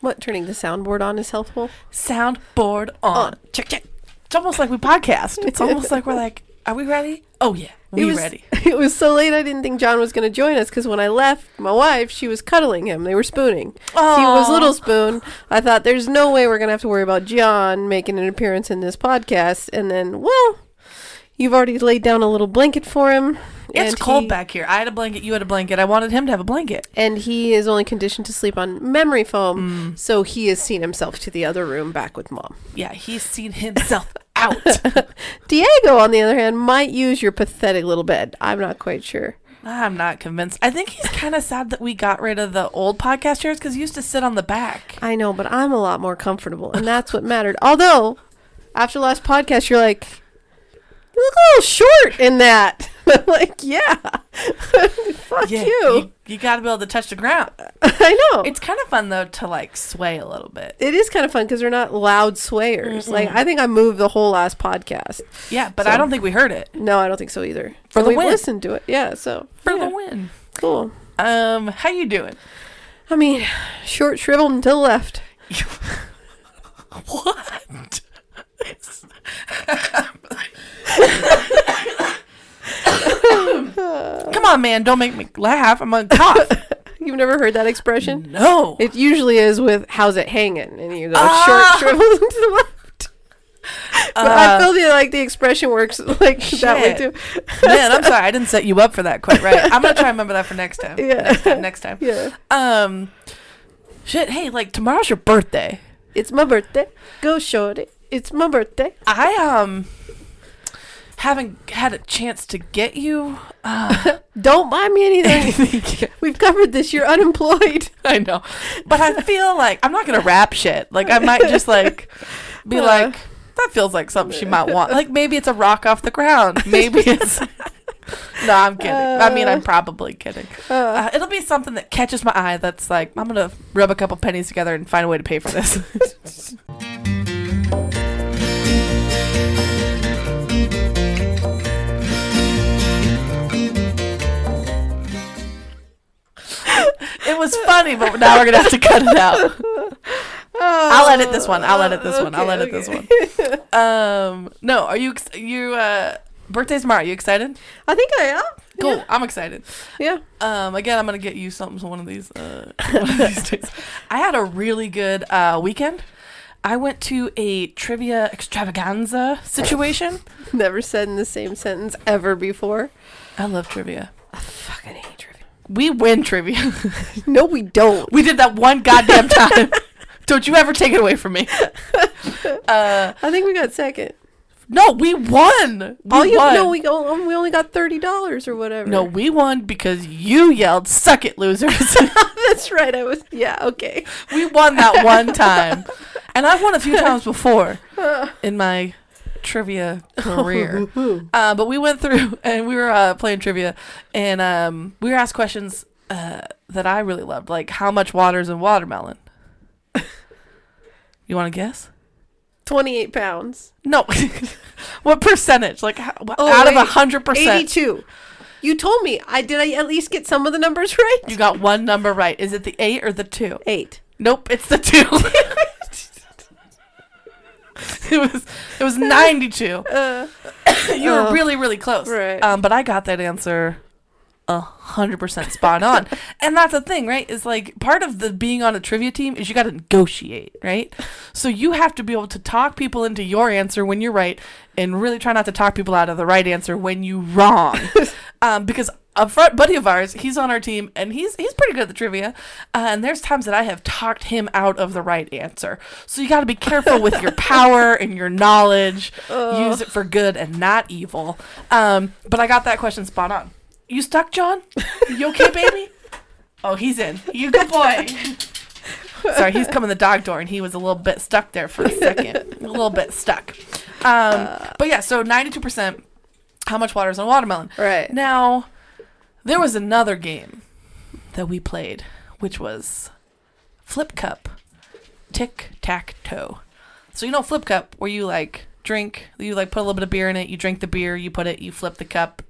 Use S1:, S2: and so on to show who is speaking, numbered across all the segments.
S1: What turning the soundboard on is helpful.
S2: Soundboard on. Check, check. It's almost like we podcast. It's almost like we're like, are we ready? Oh, yeah. We
S1: it was,
S2: ready.
S1: It was so late I didn't think John was going to join us because when I left my wife, she was cuddling him. They were spooning. He was
S2: Aw.
S1: little spoon. I thought there's no way we're going to have to worry about John making an appearance in this podcast. And then, well, you've already laid down a little blanket for him.
S2: It's
S1: and
S2: cold
S1: he-
S2: back here. I had a blanket. You had a blanket. I wanted him to have a blanket.
S1: And he is only conditioned to sleep on memory foam,
S2: Mm.
S1: so he has seen himself to the other room back with mom.
S2: Yeah, he's seen himself out.
S1: Diego, on the other hand, might use your pathetic little bed. I'm not quite sure.
S2: I'm not convinced. I think he's kind of sad that we got rid of the old podcast chairs because he used to sit on the back.
S1: I know, but I'm a lot more comfortable, and that's what mattered. Although, after last podcast, you're like, you look a little short in that. I'm like, yeah, fuck you.
S2: you, you got to be able to touch the ground.
S1: I know.
S2: It's kind of fun though to like sway a little bit.
S1: it is kind of fun because they're not loud swayers. Like, I think I moved the whole last podcast.
S2: Yeah, but
S1: So-
S2: I don't think we heard it
S1: No, I don't think so either.
S2: For
S1: And
S2: the
S1: we've
S2: win.
S1: listened to it. Yeah, so
S2: for
S1: yeah,
S2: the win.
S1: cool.
S2: Um, how you doing?
S1: I mean, short shriveled and to the left.
S2: what? Come on, man! Don't make me laugh. I'm gonna cough.
S1: You've never heard that expression?
S2: No.
S1: It usually is with "How's it hanging?" and you go
S2: Ah!
S1: short shriveled to the left.
S2: Uh,
S1: But I feel the, like the expression works like that way
S2: Shit.
S1: too.
S2: Man, I'm sorry. I didn't set you up for that quite right. I'm gonna try and remember that for next time.
S1: Yeah.
S2: Next time. Next time.
S1: Yeah,
S2: Um, shit. Hey, like tomorrow's your birthday.
S1: it's my birthday. Go shorty. It's my birthday.
S2: I um haven't had a chance to get you. Uh,
S1: Don't buy me anything. We've covered this. You're unemployed.
S2: I know, but I feel like I'm not gonna rap shit. Like I might just like be
S1: Uh.
S2: like. That feels like something she might want. Like maybe it's a rock off the ground. Maybe it's. no, I'm kidding. I mean, I'm probably kidding.
S1: Uh,
S2: Uh, it'll be something that catches my eye that's like, I'm going to rub a couple pennies together and find a way to pay for this. it was funny, but now we're going to have to cut it out. I'll edit this one. I'll edit this one. I'll edit this one. Um, no, are you, ex- you, uh, birthday's tomorrow. Are you excited?
S1: I think I am.
S2: Cool. I'm excited.
S1: Yeah.
S2: Um, again, I'm gonna get you something one of these uh, one of these days. I had a really good uh, weekend. I went to a trivia extravaganza situation.
S1: Never said in the same sentence ever before.
S2: I love trivia.
S1: I fucking hate trivia.
S2: We win trivia.
S1: No, we don't.
S2: we did that one goddamn time. Don't you ever take it away from me. Uh,
S1: I think we got second.
S2: no, we won. We
S1: All you
S2: won.
S1: know, we go. um, We only got thirty dollars or whatever.
S2: no, we won because you yelled, "Suck it, losers."
S1: that's right. I was. Yeah. Okay.
S2: we won that one time, and I've won a few times before in my trivia
S1: Oh,
S2: career. Uh, but we went through and we were uh, playing trivia, and um, we were asked questions uh, that I really loved, like how much water is in watermelon. you want to guess?
S1: 28 pounds.
S2: No. what percentage? Like how,
S1: Oh,
S2: out of
S1: wait.
S2: a hundred percent.
S1: 82. You told me. I did I at least get some of the numbers right?
S2: You got one number right. Is it the eight or the two?
S1: 8.
S2: Nope, it's the two. it was it was ninety two.
S1: Uh,
S2: you were
S1: Oh.
S2: really really close
S1: Right.
S2: um but i got that answer a hundred percent spot on and that's the thing right is like part of the being on a trivia team is you got to negotiate right so you have to be able to talk people into your answer when you're right and really try not to talk people out of the right answer when you wrong um because a front buddy of ours he's on our team and he's he's pretty good at the trivia uh, and there's times that i have talked him out of the right answer so you got to be careful with your power and your knowledge
S1: Oh.
S2: use it for good and not evil. Um, but I got that question spot on. You stuck, John? You okay, baby? Oh, he's in. You good boy. Sorry, he's coming the dog door, and he was a little bit stuck there for a second. a little bit stuck. Um, but yeah, so ninety-two percent. How much water is in a watermelon?
S1: right.
S2: Now, there was another game that we played, which was Flip Cup, Tic Tac Toe. So you know Flip Cup, where you like drink, you like put a little bit of beer in it, you drink the beer, you put it, you flip the cup,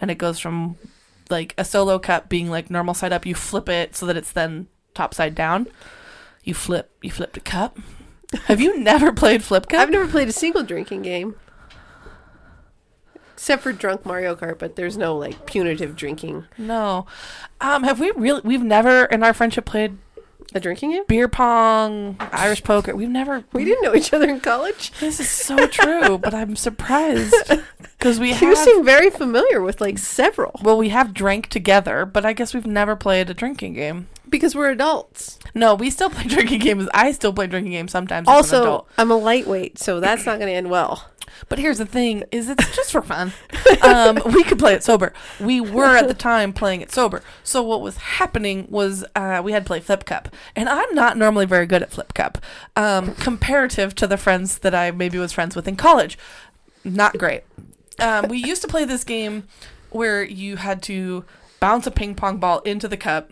S2: and it goes from like a solo cup being like normal side up, you flip it so that it's then top side down. You flip. You flipped a cup. Have you never played flip cup?
S1: I've never played a single drinking game. Except for drunk Mario Kart, but there's no like punitive drinking.
S2: no. Um, have we really? We've never in our friendship played
S1: A drinking game?
S2: beer pong, Irish poker. We've never.
S1: We didn't know each other in college.
S2: This is so true, but I'm surprised because we
S1: You
S2: have.
S1: seem very familiar with like several
S2: well, we have drank together, but I guess we've never played a drinking game.
S1: because we're adults.
S2: No, we still play drinking games. I still play drinking games sometimes. as an
S1: Also,
S2: adult.
S1: I'm a lightweight, so that's not going to end well.
S2: but here's the thing: is it's just for fun. um, we could play it sober. We were at the time playing it sober. So what was happening was uh, we had to play flip cup, and I'm not normally very good at flip cup, um, comparative to the friends that I maybe was friends with in college. Not great. Um, we used to play this game where you had to bounce a ping pong ball into the cup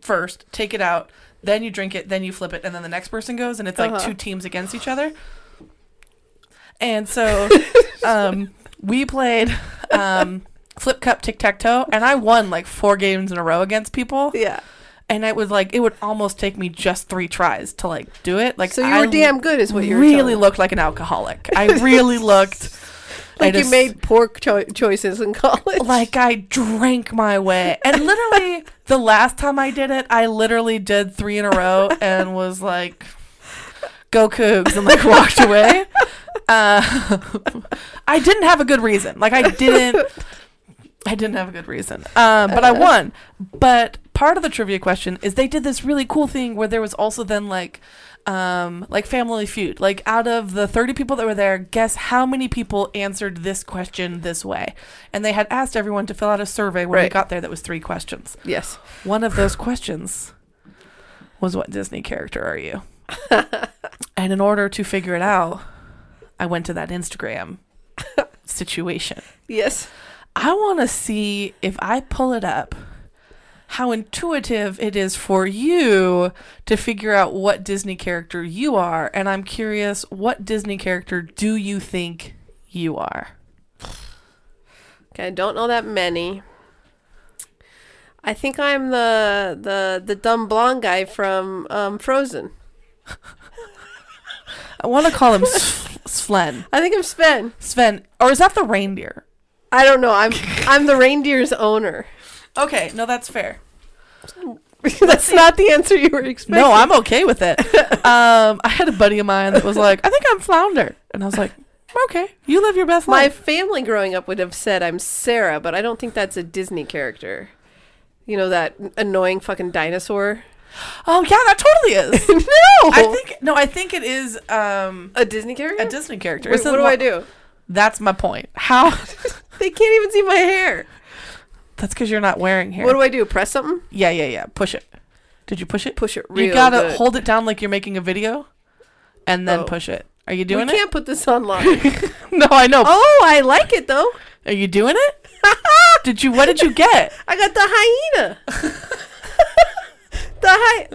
S2: first, take it out, then you drink it, then you flip it, and then the next person goes, and it's like
S1: Uh-huh.
S2: two teams against each other. And so um, we played um, flip cup tic tac toe, and I won like four games in a row against people.
S1: Yeah.
S2: And it was like it would almost take me just three tries to like do it. Like
S1: so you
S2: I
S1: were damn good, is what you're
S2: really
S1: telling me.
S2: looked like an alcoholic. I really looked I
S1: like
S2: just-
S1: you made poor cho- choices in college.
S2: like I drank my way. And literally, the last time I did it, I literally did three in a row and was like, "Go Cougs," and like walked away. Uh, I didn't have a good reason. Like I didn't. I didn't have a good reason, um, but I won. But part of the trivia question is they did this really cool thing where there was also then like, um, like Family Feud. Like out of the thirty people that were there, guess how many people answered this question this way? And they had asked everyone to fill out a survey when we
S1: Right.
S2: got there that was three questions.
S1: yes.
S2: One of those questions was, "What Disney character are you?" and in order to figure it out, I went to that Instagram situation.
S1: Yes.
S2: I want to see if I pull it up how intuitive it is for you to figure out what Disney character you are. And I'm curious, what Disney character do you think you are?
S1: Okay, I don't know that many. I think I'm the the the dumb blonde guy from um, Frozen.
S2: I want to call him S- Sven.
S1: I think I'm Sven.
S2: Sven, or is that the reindeer?
S1: I don't know. I'm I'm the reindeer's owner.
S2: Okay, no, that's fair.
S1: That's not the answer you were expecting.
S2: No, I'm okay with it. Um, I had a buddy of mine that was like, I think I'm Flounder. And I was like, okay, you live your best
S1: My
S2: life.
S1: family growing up would have said I'm Sarah, but I don't think that's a Disney character. You know that annoying fucking dinosaur?
S2: Oh, yeah, that totally is.
S1: no.
S2: I think no, I think it is um
S1: a Disney character?
S2: a Disney character.
S1: Wait,
S2: It's a
S1: what do
S2: lo-
S1: I do?
S2: That's my point. How?
S1: They can't even see my hair.
S2: That's because you're not wearing hair.
S1: What do I do? Press something?
S2: yeah, yeah, yeah. Push it. Did you push it?
S1: Push it real
S2: you gotta
S1: good.
S2: hold it down like you're making a video, and then
S1: Oh.
S2: push it. Are you
S1: We
S2: doing it?
S1: can't put this online.
S2: No, I know.
S1: oh, I like it though.
S2: Are you doing it? Did you? What did you get?
S1: I got the hyena. the hy-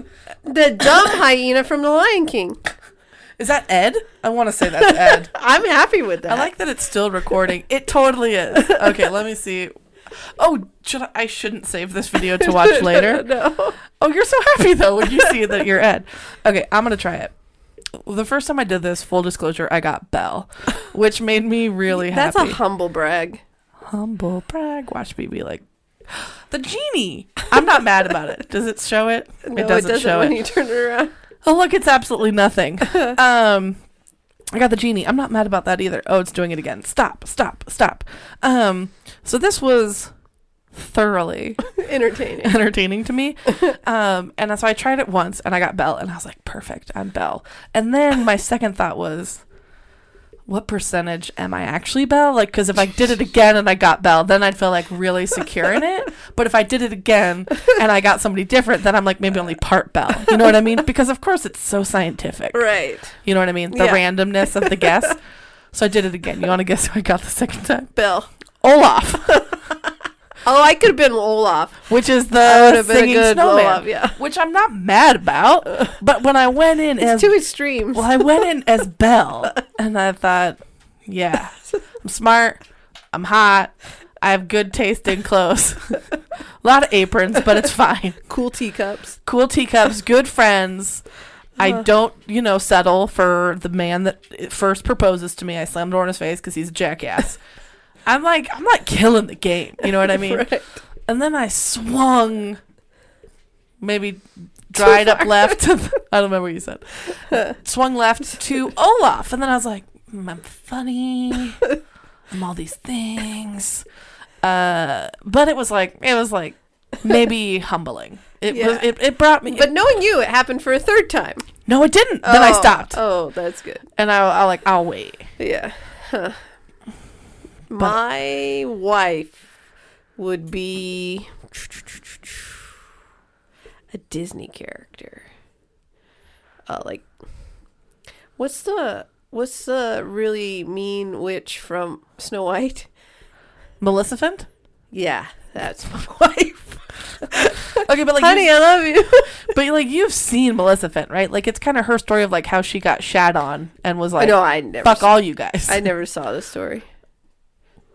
S1: the dumb hyena from The Lion King.
S2: Is that Ed? I want to say that's Ed.
S1: I'm happy with that.
S2: I like that it's still recording. It totally is. Okay, let me see. Oh, should I, I shouldn't save this video to watch later.
S1: no.
S2: Oh, you're so happy though when you see that you're Ed. Okay, I'm gonna try it. The first time I did this, full disclosure, I got Belle, which made me really
S1: That's
S2: happy.
S1: a humble brag.
S2: humble brag. Watch me be like the genie. I'm not mad about it. Does it show it?
S1: No, it doesn't, when you turn it around.
S2: Oh look, it's absolutely nothing. um I got the genie. I'm not mad about that either. Oh, it's doing it again. Stop, stop, stop. Um so this was thoroughly
S1: Entertaining.
S2: entertaining to me. Um and so I tried it once and I got Belle and I was like, perfect, I'm Belle. And then my second thought was what percentage am I actually Belle? Like, because if I did it again and I got Belle, then I'd feel like really secure in it. But if I did it again and I got somebody different, then I'm like maybe only part Belle. You know what I mean? Because of course it's so scientific.
S1: Right.
S2: You know what I mean? The
S1: Yeah.
S2: randomness of the guess. so I did it again. You want to guess who I got the second time?
S1: Bill.
S2: Olaf,
S1: Oh, I could have been Olaf.
S2: which is
S1: I would
S2: the
S1: have been a
S2: Uh, singing
S1: good
S2: snowman,
S1: Olaf, yeah.
S2: which I'm not mad about. But when I went in
S1: It's
S2: as
S1: two extremes.
S2: well, I went in as Belle, and I thought, yeah, I'm smart, I'm hot, I have good taste in clothes, a lot of aprons, but it's fine.
S1: Cool teacups.
S2: Cool teacups, good friends. I don't, you know, settle for the man that first proposes to me. I slam the door in his face because he's a jackass. I'm like, I'm not killing the game. You know what I mean?
S1: Right.
S2: And then I swung, maybe dried up left. I don't remember what you said. swung left to Olaf. And then I was like, mm, I'm funny. I'm all these things. Uh, but it was like, it was like maybe humbling. It, was,
S1: Yeah.
S2: it, it brought me.
S1: But knowing you, it happened for a third time.
S2: no, it didn't. then I
S1: Oh,
S2: stopped.
S1: Oh, that's good.
S2: And I, I like, I'll wait.
S1: Yeah. Huh. My wife would be a Disney character. Uh, like, what's the what's the really mean witch from Snow White?
S2: Maleficent?
S1: Yeah, that's my wife.
S2: Okay, but like,
S1: Honey, I love you.
S2: you, but like you've seen Maleficent, right? Like it's kind of her story of like how she got shat on and was like,
S1: no, I never.
S2: "Fuck
S1: saw,
S2: all you guys."
S1: I never saw the story,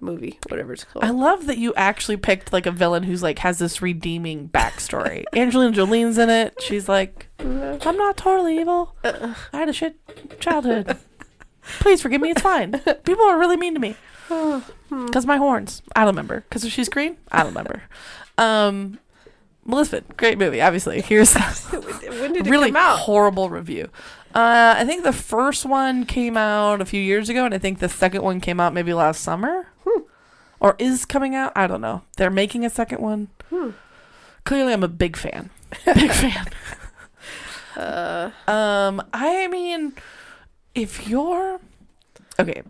S1: movie, whatever it's called.
S2: I love that you actually picked like a villain who's like has this redeeming backstory. Angelina Jolie's in it. She's like, "I'm not totally evil. I had a shit childhood. Please forgive me. It's fine. People are really mean to me." Because my horns. I don't remember. Because she's green? I don't remember. Um, Maleficent. Great movie, obviously. Here's
S1: when did it
S2: really
S1: come out?
S2: horrible review. Uh, I think the first one came out a few years ago, and I think the second one came out maybe last summer,
S1: Hmm.
S2: or is coming out. I don't know. They're making a second one.
S1: Hmm.
S2: Clearly, I'm a big fan. Big fan.
S1: Uh,
S2: Um, I mean, if you're okay,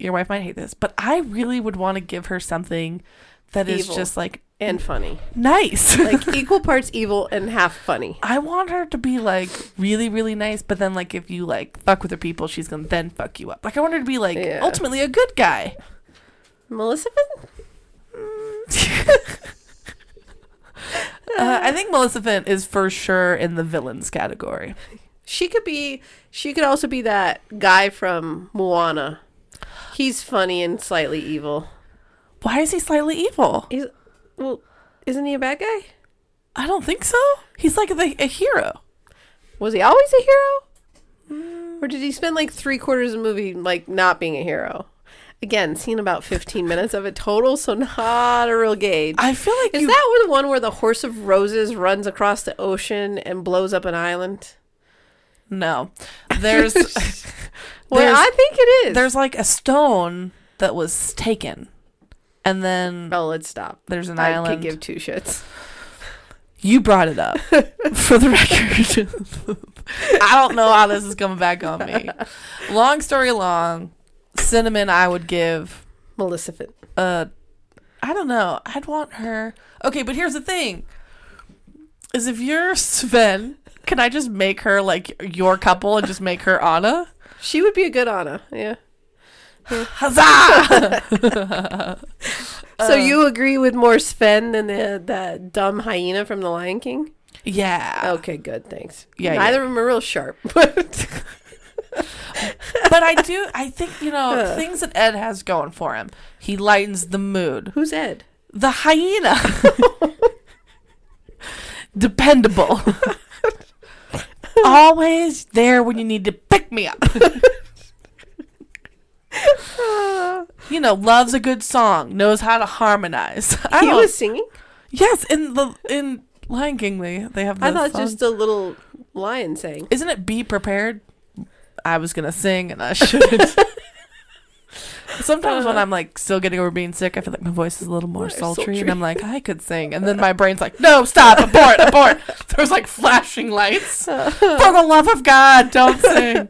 S2: your wife might hate this, but I really would want to give her something that is
S1: Evil.
S2: just like
S1: and funny.
S2: nice.
S1: like equal parts evil and half funny.
S2: I want her to be like really, really nice, but then like if you like fuck with her people, she's gonna then fuck you up. Like I want her to be like
S1: Yeah.
S2: ultimately a good guy.
S1: Melissa, Mm.
S2: Uh, I think Melissa Finn is for sure in the villains category.
S1: she could be. She could also be that guy from Moana. He's funny and slightly evil.
S2: Why is he slightly evil?
S1: He's well, isn't he a bad guy?
S2: I don't think so. He's like the, a hero.
S1: Was he always a hero, Mm. or did he spend like three quarters of the movie like not being a hero? Again, seen about fifteen minutes of it total, so not a real gauge.
S2: I feel like
S1: Is
S2: you-
S1: that where the one where the horse of roses runs across the ocean and blows up an island?
S2: no. There's
S1: Well,
S2: There's-
S1: I think it is.
S2: there's like a stone that was taken, and then
S1: oh, let's stop.
S2: there's an
S1: I could
S2: island.
S1: give two shits.
S2: You brought it up for the record. I don't know how this is coming back on me. Long story long, cinnamon I would give
S1: Melissa
S2: uh I don't know. I'd want her. Okay, but here's the thing. Is if you're Sven, can I just make her like your couple and just make her Anna?
S1: She would be a good Anna. Yeah.
S2: Huzzah! Uh,
S1: so you agree with more Sven than the that dumb hyena from The Lion King?
S2: yeah.
S1: Okay, good. Thanks.
S2: Uh, Yeah,
S1: Neither of them are real sharp, but
S2: But I do I think, you know, things that Ed has going for him. He lightens the mood.
S1: who's Ed?
S2: The hyena. Dependable. Always there when you need to pick me up. you know, loves a good song, knows how to harmonize. I
S1: he
S2: don't-
S1: was singing.
S2: yes, in the in Lion King they they have.
S1: I
S2: the
S1: thought
S2: song.
S1: just a little lion sang.
S2: isn't it be prepared? I was gonna sing and I shouldn't. Sometimes when I'm like still getting over being sick, I feel like my voice is a little more
S1: More
S2: sultry,
S1: sultry.
S2: and I'm like I could sing, and then my brain's like, no, stop, abort, abort. There's like flashing lights. For the love of God, don't sing.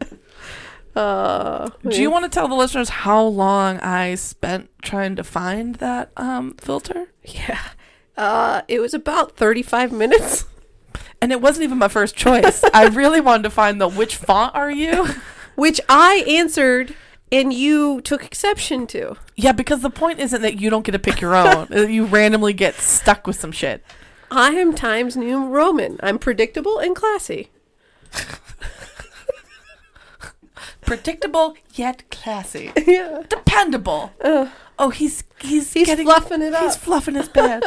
S1: Uh,
S2: Do you want to tell the listeners how long I spent trying to find that um, filter?
S1: Yeah. Uh, it was about thirty-five minutes.
S2: And it wasn't even my first choice. I really wanted to find the which font are you?
S1: which I answered and you took exception to.
S2: Yeah, because the point isn't that you don't get to pick your own. Uh, you randomly get stuck with some shit.
S1: I am Times New Roman. I'm predictable and classy.
S2: Predictable yet classy.
S1: yeah.
S2: Dependable. oh, he's he's
S1: He's
S2: getting
S1: fluffing it up.
S2: he's fluffing his bed.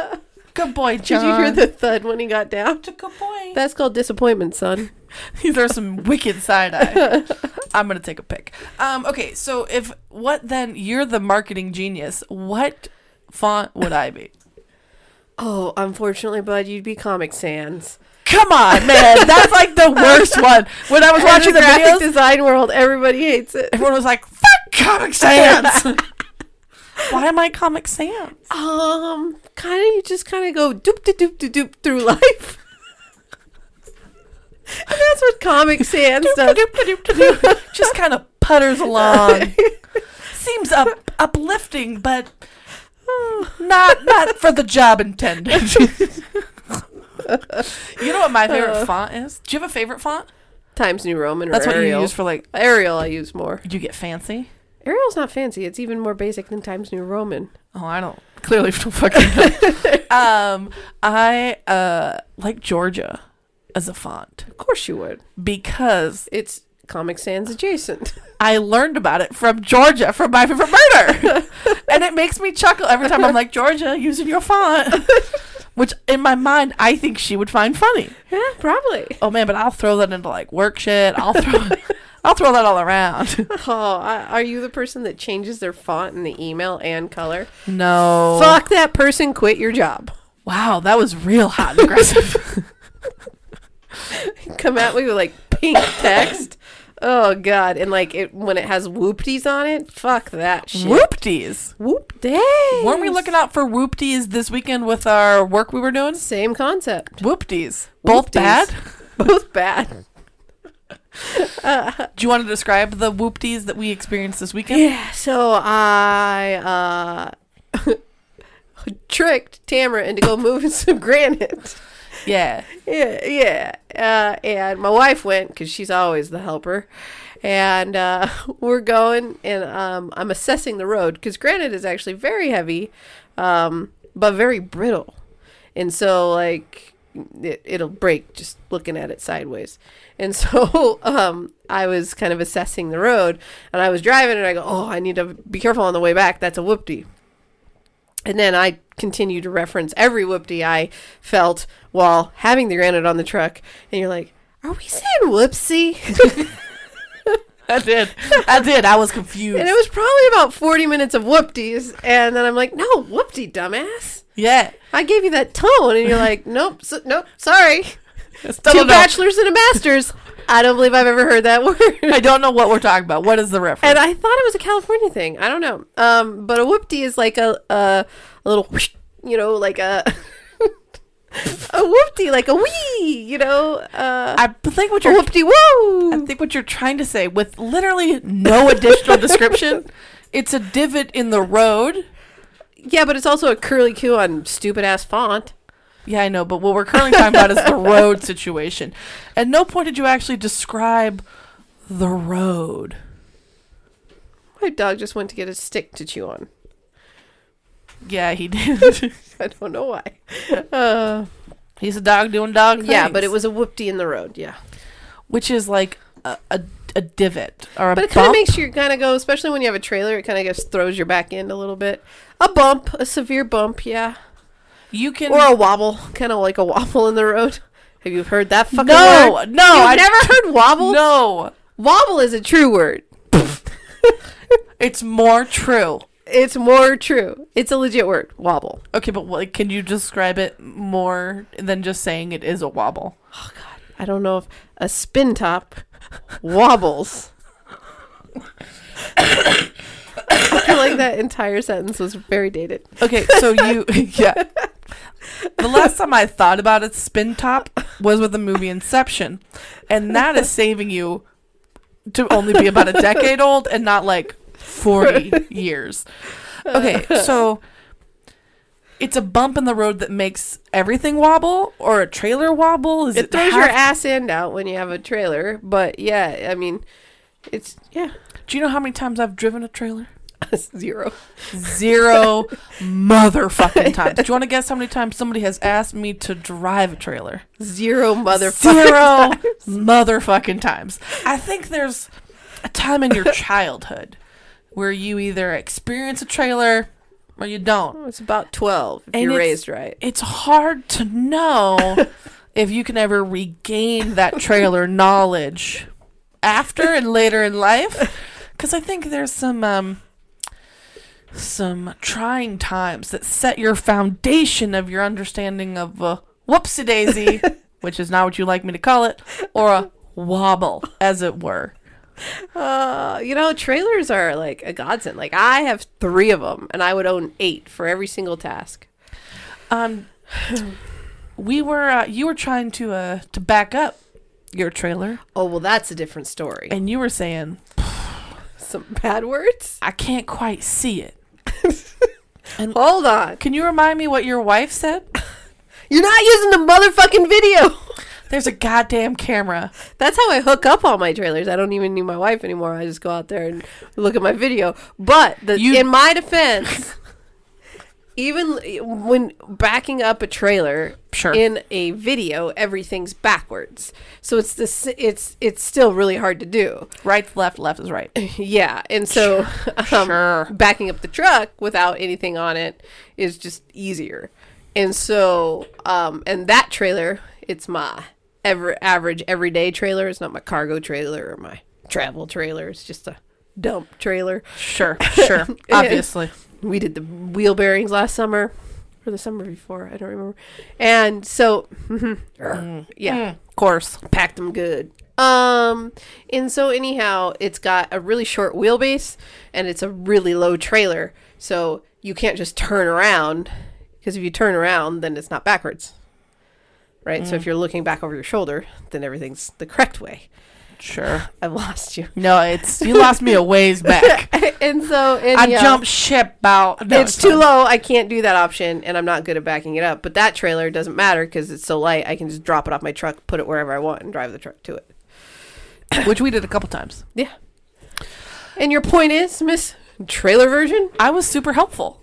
S2: Good boy,
S1: Did
S2: John.
S1: you hear the thud when he got down?
S2: Good boy.
S1: That's called disappointment, son.
S2: He throws some wicked side eye. I'm gonna take a pic. Um, okay, so if what then you're the marketing genius, what font would I be?
S1: Oh, unfortunately, bud, you'd be Comic Sans.
S2: Come on, man, that's like the worst one. When I was watching
S1: In
S2: the
S1: the graphic
S2: videos,
S1: design world, everybody hates it.
S2: everyone was like, "Fuck Comic Sans." Why am I Comic Sans?
S1: Um, kind of, you just kind of go doop de doop de doop through life. And that's what Comic Sans does.
S2: Just kind of putters along. Seems up uplifting, but not not for the job intended. you know what my favorite
S1: Uh.
S2: font is? Do you have a favorite font?
S1: Times New Roman or
S2: That's what
S1: Arial.
S2: you use for like
S1: Arial, I use more.
S2: you get fancy.
S1: Arial's not fancy. It's even more basic than Times New Roman.
S2: Oh, I don't clearly don't fucking know. um, I uh like Georgia as a font
S1: Of course you would.
S2: because
S1: It's Comic Sans adjacent.
S2: I learned about it from Georgia from my favorite murder. and it makes me chuckle every time I'm like, Georgia, using your font. Which in my mind I think she would find funny.
S1: yeah, probably.
S2: Oh man, but I'll throw that into like work shit. I'll throw I'll throw that all around.
S1: Oh, I- are you the person that changes their font in the email and color?
S2: No.
S1: Fuck that person. Quit your job.
S2: Wow, that was real hot and aggressive.
S1: come at me with like pink text. Oh god! And like it when it has whoopties on it. Fuck that shit.
S2: Whoopties.
S1: Whoop day.
S2: Weren't we looking out for whoopties this weekend with our work we were doing?
S1: Same concept.
S2: Whoopties. Both
S1: Whoopties.
S2: bad.
S1: Both bad.
S2: Do you want to describe the whoopties that we experienced this weekend?
S1: Yeah. So I uh tricked Tamara into go moving some granite.
S2: Yeah.
S1: Yeah, yeah. Uh, and my wife went because she's always the helper. And uh, we're going, and um, I'm assessing the road because granite is actually very heavy, um, but very brittle. And so, like, it, it'll break just looking at it sideways. And so um, I was kind of assessing the road, and I was driving, and I go, Oh, I need to be careful on the way back. That's a whoopty. And then I continue to reference every whoopty I felt while having the granite on the truck. And you're like, are we saying whoopsie?
S2: I did. I did. I was confused.
S1: And it was probably about 40 minutes of whoopties. And then I'm like, no, whoopty, dumbass.
S2: yeah.
S1: I gave you that tone. And you're like, nope, so, nope, sorry.
S2: Still
S1: Two
S2: don't know-
S1: bachelors and a master's. I don't believe I've ever heard that word.
S2: I don't know what we're talking about. What is the reference?
S1: And I thought it was a California thing. I don't know. Um, but a whoopty is like a, a, a little, whoosh, you know, like a. A whoopty, like a wee, you know. Uh,
S2: I think what you're
S1: Whoopty woo!
S2: I think what you're trying to say with literally no additional description. It's a divot in the road.
S1: Yeah, but it's also a curly Q on stupid ass font.
S2: Yeah, I know, but what we're currently talking about is the road situation. At no point did you actually describe the road.
S1: My dog just went to get a stick to chew on.
S2: Yeah, he did.
S1: I don't know why. Uh,
S2: He's a dog doing dog things.
S1: yeah, but it was a whoopty in the road. Yeah,
S2: which is like a, a, a divot or a
S1: but it kind of
S2: bump.
S1: makes you kind of go, especially when you have a trailer. It kind of just throws your back end a little bit. A bump, a severe bump, yeah,
S2: you can
S1: or a wobble, kind of like a wobble in the road. Have you heard that fucking
S2: no,
S1: word?
S2: no,
S1: You've
S2: I
S1: never heard wobble.
S2: no.
S1: Wobble is a true word.
S2: It's more true.
S1: It's more true. It's a legit word. Wobble.
S2: Okay, but what, can you describe it more than just saying it is a wobble?
S1: I don't know if a spin top wobbles. I feel like that entire sentence was very dated.
S2: Okay, so you, yeah. The last time I thought about a spin top was with the movie Inception, and that is saving you to only be about a decade old and not like 40 years. Okay, so it's a bump in the road that makes everything wobble or a trailer wobble. Is it,
S1: It throws your
S2: half-
S1: ass end out when you have a trailer, but yeah, I mean, it's yeah,
S2: Do you know how many times I've driven a trailer?
S1: zero.
S2: Zero motherfucking times. Do you want to guess how many times somebody has asked me to drive a trailer?
S1: Zero motherfucker.
S2: Zero motherfucking times. I think there's a time in your childhood where you either experience a trailer or you don't.
S1: It's about 12 if
S2: And
S1: you're
S2: it's-
S1: raised right.
S2: It's hard to know if you can ever regain that trailer knowledge after and later in life because i think there's some um some trying times that set your foundation of your understanding of a whoopsie daisy which is not what you like me to call it or a wobble as it were
S1: Uh, you know, trailers are like a godsend. Like I have three of them, and I would own eight for every single task.
S2: um we were uh, you were trying to uh to back up your trailer
S1: Oh well, that's a different story.
S2: and you were saying
S1: Some bad words.
S2: i can't quite see it
S1: Hold on,
S2: Can you remind me what your wife said?
S1: you're not using the motherfucking video.
S2: There's a goddamn camera.
S1: That's how I hook up all my trailers. I don't even need my wife anymore. I just go out there and look at my video. But the,
S2: You-
S1: in my defense, even when backing up a trailer
S2: Sure.
S1: in a video, everything's backwards. So it's this. It's it's still really hard to do.
S2: Right's left, left is right.
S1: Yeah, and so um,
S2: Sure.
S1: backing up the truck without anything on it is just easier. And so, um, and that trailer, it's my ever average everyday trailer. It's not my cargo trailer or my travel trailer. It's just a dump trailer.
S2: Sure, sure. Obviously.
S1: We did the wheel bearings last summer, or the summer before. I don't remember. And so, yeah,
S2: Mm, of course.
S1: packed them good. Um, and so anyhow, it's got a really short wheelbase and it's a really low trailer, so you can't just turn around because if you turn around, then it's not backwards, right? So if you're looking back over your shoulder, then everything's the correct way.
S2: Sure.
S1: I've lost you,
S2: No, it's you lost me a ways back.
S1: and so
S2: I
S1: anyhow,
S2: jumped ship out. No,
S1: it's too low. I can't do that option, and I'm not good at backing it up. But that trailer doesn't matter because it's so light. I can just drop it off my truck, put it wherever I want, and drive the truck to it.
S2: fine. Which we did a couple times.
S1: Yeah. And your point is, Miss Trailer Version,
S2: I was super helpful.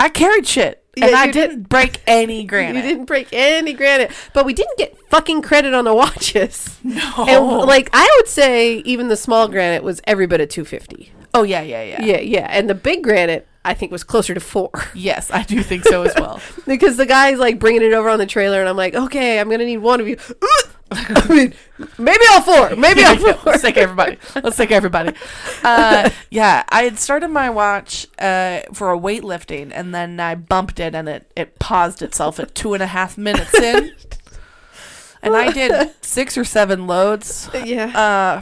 S2: I carried shit.
S1: Yeah,
S2: and I
S1: you did.
S2: didn't break any granite.
S1: you didn't break any granite, but we didn't get fucking credit on the watches.
S2: No.
S1: And like I would say, even the small granite was every bit of two fifty.
S2: oh yeah, yeah, yeah,
S1: Yeah, yeah, and the big granite I think was closer to four
S2: Yes, I do think so as well.
S1: because the guy's like bringing it over on the trailer, and I'm like, okay, I'm gonna need one of you. I mean, maybe all four, maybe all
S2: Yeah,
S1: four.
S2: let's take everybody. Let's take everybody. Uh, yeah, I had started my watch uh, for a weightlifting, and then I bumped it, and it it paused itself at two and a half minutes in. And I did six or seven loads.
S1: yeah,
S2: Uh,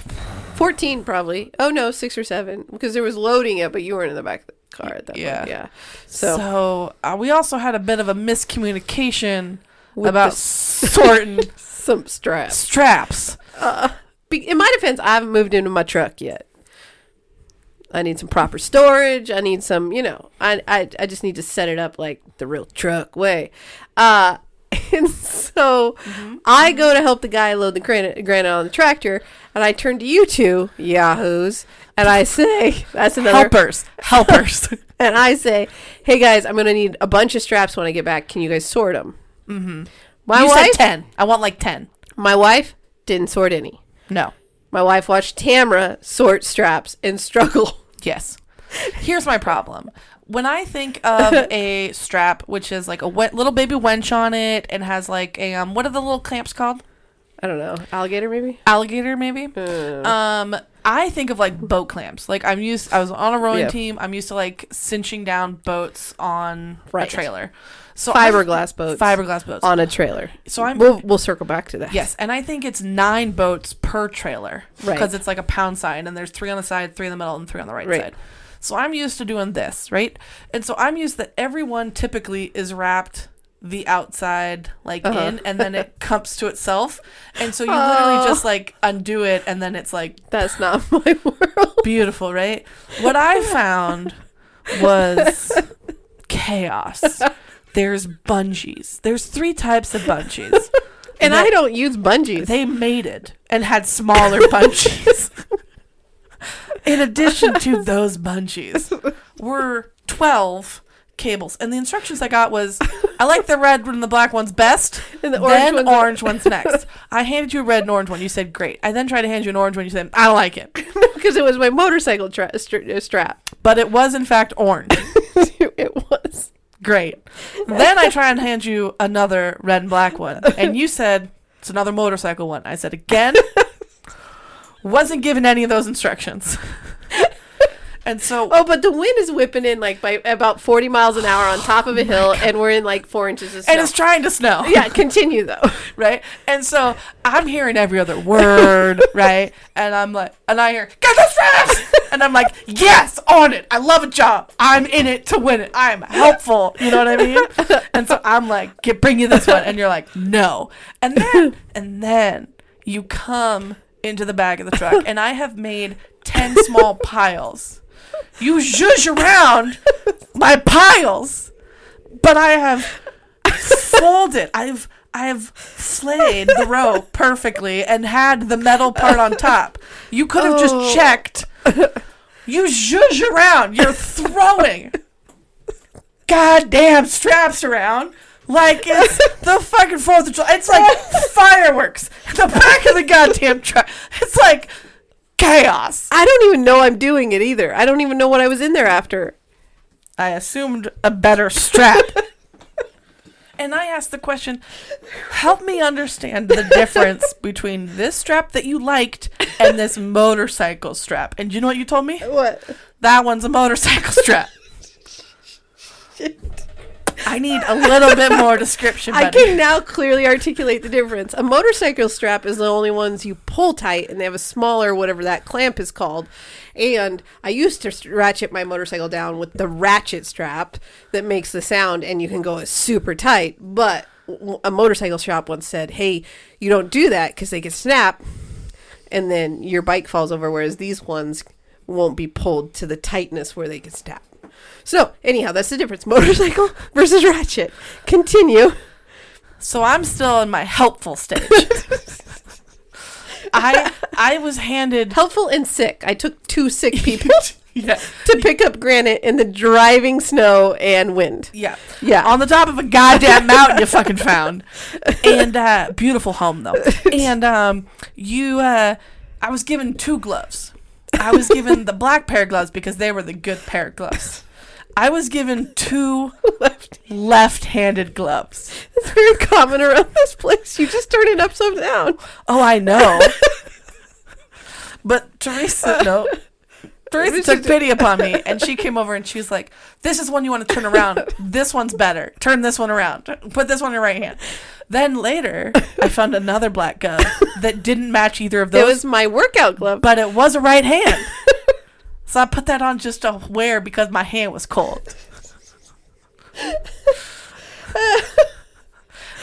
S1: fourteen probably. Oh no, six or seven because there was loading it, but you weren't in the back of the car at that
S2: Yeah.
S1: point. Yeah,
S2: so
S1: so
S2: uh, we also had a bit of a miscommunication
S1: With
S2: about
S1: the-
S2: sorting
S1: some straps.
S2: straps.
S1: Be- in my defense, I haven't moved into my truck yet. I need some proper storage. I need some, you know, I I, I just need to set it up like the real truck way. Uh, and so
S2: Mm-hmm.
S1: I go to help the guy load the granite, granite on the tractor, and I turn to you two yahoos, and I say, "That's another."
S2: Helpers, helpers.
S1: And I say, "Hey guys, I'm gonna need a bunch of straps when I get back. Can you guys sort them?" Mm-hmm. My
S2: you said
S1: wife,
S2: ten. I want like ten.
S1: my wife didn't sort any.
S2: No.
S1: My wife watched Tamra sort straps and struggle.
S2: Yes. Here's my problem. When I think of a strap, which is like a wet little baby wench on it and has like a, um, what are the little clamps called?
S1: I don't know. Alligator, maybe?
S2: Alligator, maybe?
S1: Uh.
S2: Um, I think of like boat clamps. Like I'm used, I was on a rowing
S1: Yeah.
S2: team. I'm used to like cinching down boats on
S1: Right.
S2: a trailer. So I'm-
S1: Fiberglass boats.
S2: Fiberglass boats.
S1: on a trailer.
S2: so I'm
S1: We'll, we'll circle back to that.
S2: Yes, and I think it's nine boats per trailer
S1: Right.
S2: because it's like a pound sign, and there's three on the side, three in the middle, and three on the right,
S1: Right.
S2: side. So I'm used to doing this, right? And so I'm used that everyone typically is wrapped the outside like in, and then it comes to itself, and so you
S1: Uh-huh. Oh.
S2: literally just like undo it, and then it's like
S1: That's not my world.
S2: beautiful, right? What I found was chaos. There's bungees. There's three types of bungees.
S1: And I don't use bungees.
S2: They mated and had smaller bunchies. In addition to those bunchies were 12 cables. And the instructions I got was I like the red and the black ones best,
S1: And the orange
S2: then
S1: ones-
S2: orange one's next. I handed you a red and orange one. You said great. I then tried to hand you an orange one. You said I don't like it.
S1: Because it was my motorcycle tra- stra- uh, strap.
S2: But it was in fact orange.
S1: it was.
S2: Great. Then I try and hand you another red and black one. And you said It's another motorcycle one. I said again, wasn't given any of those instructions. and so
S1: Oh, but the wind is whipping in like by about 40 miles an hour on top of a hill, and we're in like four inches of snow.
S2: Oh and it's trying to snow.
S1: yeah, continue though.
S2: right? And so I'm hearing every other word, right? And I'm like, and I hear, get the straps! And I'm like, yes, on it. I love a job. I'm in it to win it. I'm helpful. You know what I mean? And so I'm like, get, bring you this one. And you're like, no. And then, and then you come into the back of the truck, and I have made 10 small piles. You zhuzh around my piles, but I have folded. I've I have flayed the rope perfectly and had the metal part on top. You could have
S1: Oh.
S2: just checked. You zhuzh around. You're throwing goddamn straps around like it's the fucking Fourth of July. It's like fireworks. The back of the goddamn truck. It's like chaos.
S1: I don't even know I'm doing it either. I don't even know what I was in there after.
S2: I assumed a better strap. and I asked the question, help me understand the difference between this strap that you liked and this motorcycle strap. And you know what you told me?
S1: What?
S2: That one's a motorcycle strap. I need a little bit more description,
S1: I
S2: buddy.
S1: can now clearly articulate the difference. A motorcycle strap is the only ones you pull tight, and they have a smaller, whatever that clamp is called. And I used to s- ratchet my motorcycle down with the ratchet strap that makes the sound, and you can go super tight. But w- a motorcycle shop once said, "Hey, you don't do that because they can snap, and then your bike falls over." Whereas these ones won't be pulled to the tightness where they can snap. So, anyhow, that's the difference: motorcycle versus ratchet. Continue.
S2: So I'm still in my helpful stage. I I was handed
S1: helpful and sick. I took two sick people
S2: yeah,
S1: to pick up granite in the driving snow and wind.
S2: yeah.
S1: Yeah.
S2: on the top of a goddamn mountain you fucking found. And uh beautiful home though. And um you uh I was given two gloves. I was given the black pair of gloves because they were the good pair of gloves. I was given two left-handed gloves.
S1: It's very common around this place. You just turn it upside down.
S2: Oh, I know. but Teresa, no. Teresa took pity upon me and she came over and she was like, This is one you want to turn around. This one's better. Turn this one around. Put this one in your right hand. Then later, I found another black glove that didn't match either of
S1: It
S2: those,
S1: was my workout glove.
S2: but it was a right hand. so I put that on just to wear because my hand was cold.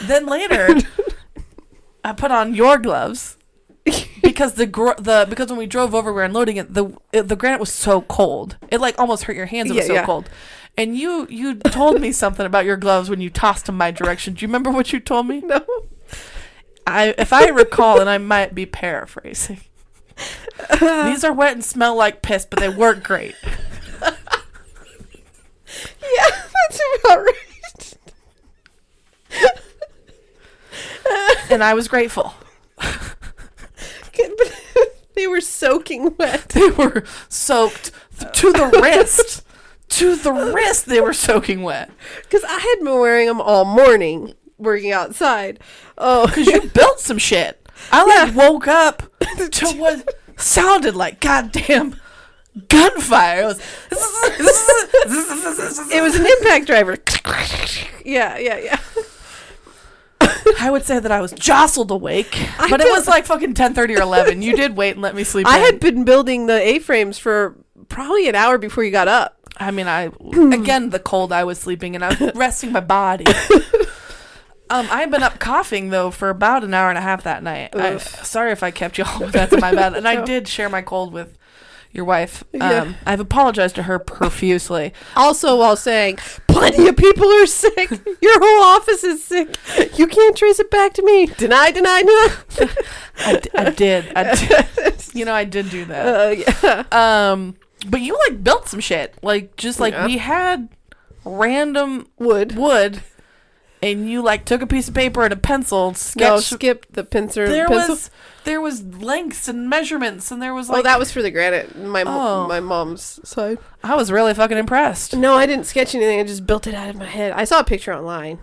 S2: then later, I put on your gloves because the gr- the because when we drove over, we were unloading it. The it, the granite was so cold, it like almost hurt your hands. It was
S1: Yeah,
S2: so
S1: yeah.
S2: cold. And you you told me something about your gloves when you tossed them my direction. Do you remember what you told me?
S1: no.
S2: I if I recall, and I might be paraphrasing. These are wet and smell like piss, but they work great.
S1: Yeah, that's about right.
S2: And I was grateful.
S1: Good, but they were soaking wet.
S2: They were soaked th- to the wrist. To the wrist, they were soaking wet.
S1: Because I had been wearing them all morning working outside. Oh,
S2: Because you built some shit. I like woke up to what sounded like goddamn gunfire. It was,
S1: it was an impact driver. yeah, yeah, yeah.
S2: I would say that I was jostled awake, but it
S1: don't-
S2: was like fucking ten thirty or eleven. You did wait and let me sleep.
S1: I
S2: in.
S1: had been building the A-frames for probably an hour before you got up.
S2: I mean, I again the cold. I was sleeping and I was resting my body. um, I've been up coughing though for about an hour and a half that night. I,
S1: Oof.
S2: sorry if I kept you all. but That's my bad. And I
S1: No.
S2: did share my cold with your wife. Um,
S1: Yeah.
S2: I've apologized to her profusely.
S1: Also, while saying plenty of people are sick, your whole office is sick. You can't trace it back to me. Deny, deny, deny.
S2: I, d- I did. I did. you know, I did do that.
S1: Uh, yeah.
S2: Um, but you like built some shit. Like just like
S1: Yeah.
S2: we had random
S1: Wood.
S2: wood, and you like took a piece of paper and a pencil,
S1: No,
S2: sketched
S1: skip the pincer.
S2: there
S1: pencil.
S2: was there was lengths and measurements and there was
S1: Oh,
S2: like
S1: that was for the granite. My mo-
S2: Oh.
S1: my mom's side.
S2: I was really fucking impressed
S1: No, I didn't sketch anything. I just built it out of my head. I saw a picture online.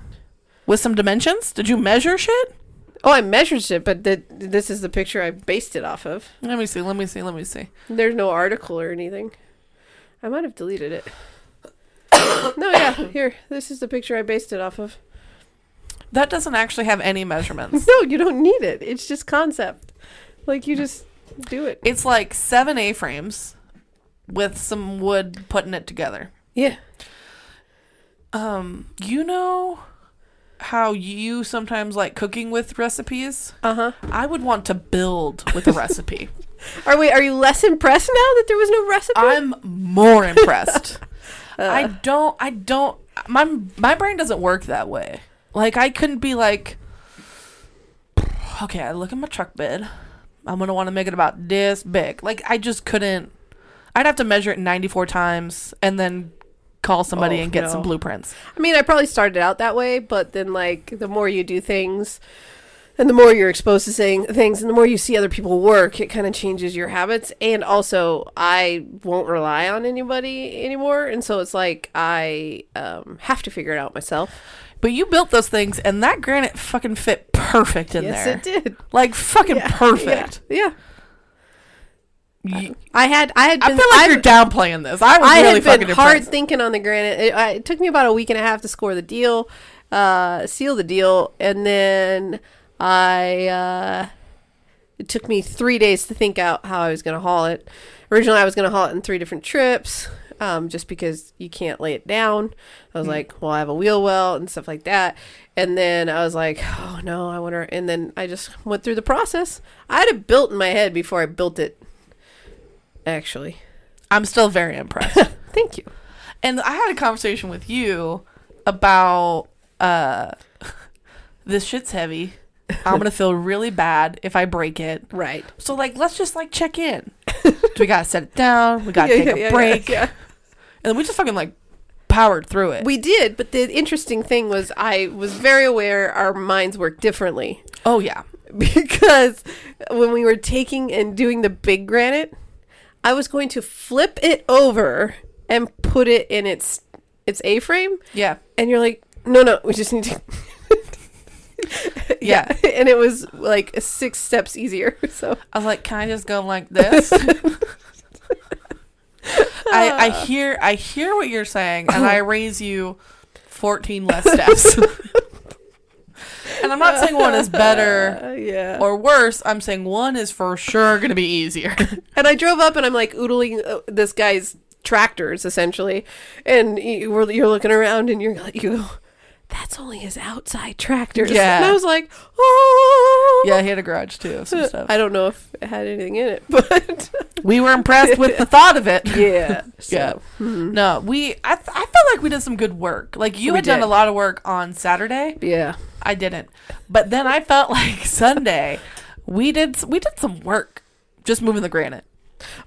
S2: with some dimensions. Did you measure shit?
S1: Oh, I measured it, but the, this is the picture I based it off of.
S2: Let me see. Let me see. Let me see.
S1: There's no article or anything. I might have deleted it. no, yeah, here. This is the picture I based it off of.
S2: That doesn't actually have any measurements.
S1: No, you don't need it. It's just concept. Like you just do it.
S2: it's like seven A frames with some wood putting it together.
S1: Yeah.
S2: Um, you know how you sometimes like cooking with recipes?
S1: Uh huh.
S2: I would want to build with a recipe.
S1: Are we? Are you less impressed now that there was no recipe? Uh,
S2: I'm more impressed. I don't I don't my my brain doesn't work that way. Like I couldn't be like okay, I look at my truck bed. I'm going to want to make it about this big. Like I just couldn't I'd have to measure it 94 times and then call somebody
S1: Oh,
S2: and get some
S1: no.
S2: blueprints.
S1: I mean, I probably started out that way, but then like the more you do things, and the more you're exposed to saying things, and the more you see other people work, it kind of changes your habits. And also, I won't rely on anybody anymore, and so it's like I um, have to figure it out myself.
S2: But you built those things and that granite fucking fit perfect in
S1: yes,
S2: there.
S1: it did.
S2: Like fucking
S1: Yeah,
S2: perfect.
S1: Yeah, yeah.
S2: You-
S1: I had. I had.
S2: I
S1: Been,
S2: feel like
S1: I've-
S2: you're downplaying this. I was
S1: I had
S2: really
S1: been
S2: fucking
S1: hard
S2: impressed.
S1: thinking on the granite. It, I, it took me about a week and a half to score the deal, uh, seal the deal, and then I. Uh, it took me three days to think out how I was going to haul it. Originally, I was going to haul it in three different trips, um, just because you can't lay it down. I
S2: Mm.
S1: was like, well, I have a wheel well and stuff like that. And then I was like, oh no, I wonder. And then I just went through the process. I had it built in my head before I built it. Actually,
S2: I'm still very impressed.
S1: thank you.
S2: and I had a conversation with you about uh this shit's heavy. I'm gonna feel really bad if I break it.
S1: Right.
S2: So like let's just like check in. Do we gotta set it down? We gotta
S1: Yeah, yeah,
S2: take a
S1: yeah, yeah,
S2: break.
S1: yeah.
S2: And we just fucking like powered through it.
S1: We did, but the interesting thing was I was very aware our minds work differently
S2: oh yeah.
S1: because when we were taking and doing the big granite, I was going to flip it over and put it in its its A frame
S2: Yeah.
S1: and you're like, "No, no, we just need to
S2: Yeah.
S1: and it was like six steps easier. So
S2: I was like, can I just go like this? I, I
S1: Ah.
S2: hear I hear what you're saying, and I raise you fourteen less steps. and I'm not saying one is better
S1: Uh, yeah.
S2: or worse. I'm saying one is for sure gonna be easier.
S1: And I drove up and I'm like oodling uh, this guy's tractors essentially, and you were, you're looking around and you're like, you go, that's only his outside tractors.
S2: Yeah.
S1: And I was like, oh.
S2: yeah, he had a garage too. of Some stuff.
S1: I don't know if it had anything in it, but
S2: we were impressed with the thought of it.
S1: yeah,
S2: Yeah.
S1: so, mhm.
S2: No, we. I, th- I felt like we did some good work. Like you
S1: We
S2: had done
S1: did.
S2: a lot of work on Saturday.
S1: yeah,
S2: I didn't. But then I felt like Sunday, we did we did some work just moving the granite.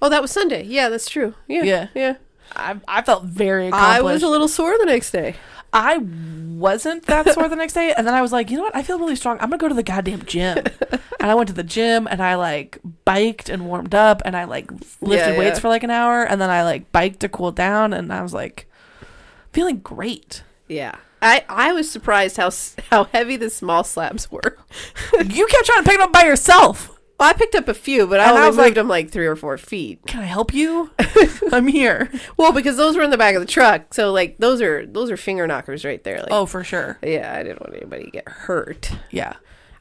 S1: Oh, that was Sunday. Yeah, that's true. Yeah,
S2: Yeah.
S1: yeah.
S2: I I felt very accomplished.
S1: I was a little sore the next day.
S2: I wasn't that sore the next day, and then I was like, you know what? I feel really strong. I'm gonna go to the goddamn gym. and I went to the gym, and I like biked and warmed up, and I like lifted
S1: Yeah,
S2: weights
S1: yeah.
S2: for like an hour, and then I like biked to cool down, and I was like, feeling great.
S1: Yeah, I I was surprised how s- how heavy the small slabs were.
S2: you kept trying to pick it up by yourself.
S1: Well, I picked up a few, but I
S2: And I
S1: only
S2: was
S1: moved
S2: like-
S1: them like three or four feet.
S2: Can I help you? I'm here.
S1: Well, because those were in the back of the truck, so like those are those are finger knockers right there. Like,
S2: Oh, for sure.
S1: yeah, I didn't want anybody to get hurt.
S2: Yeah.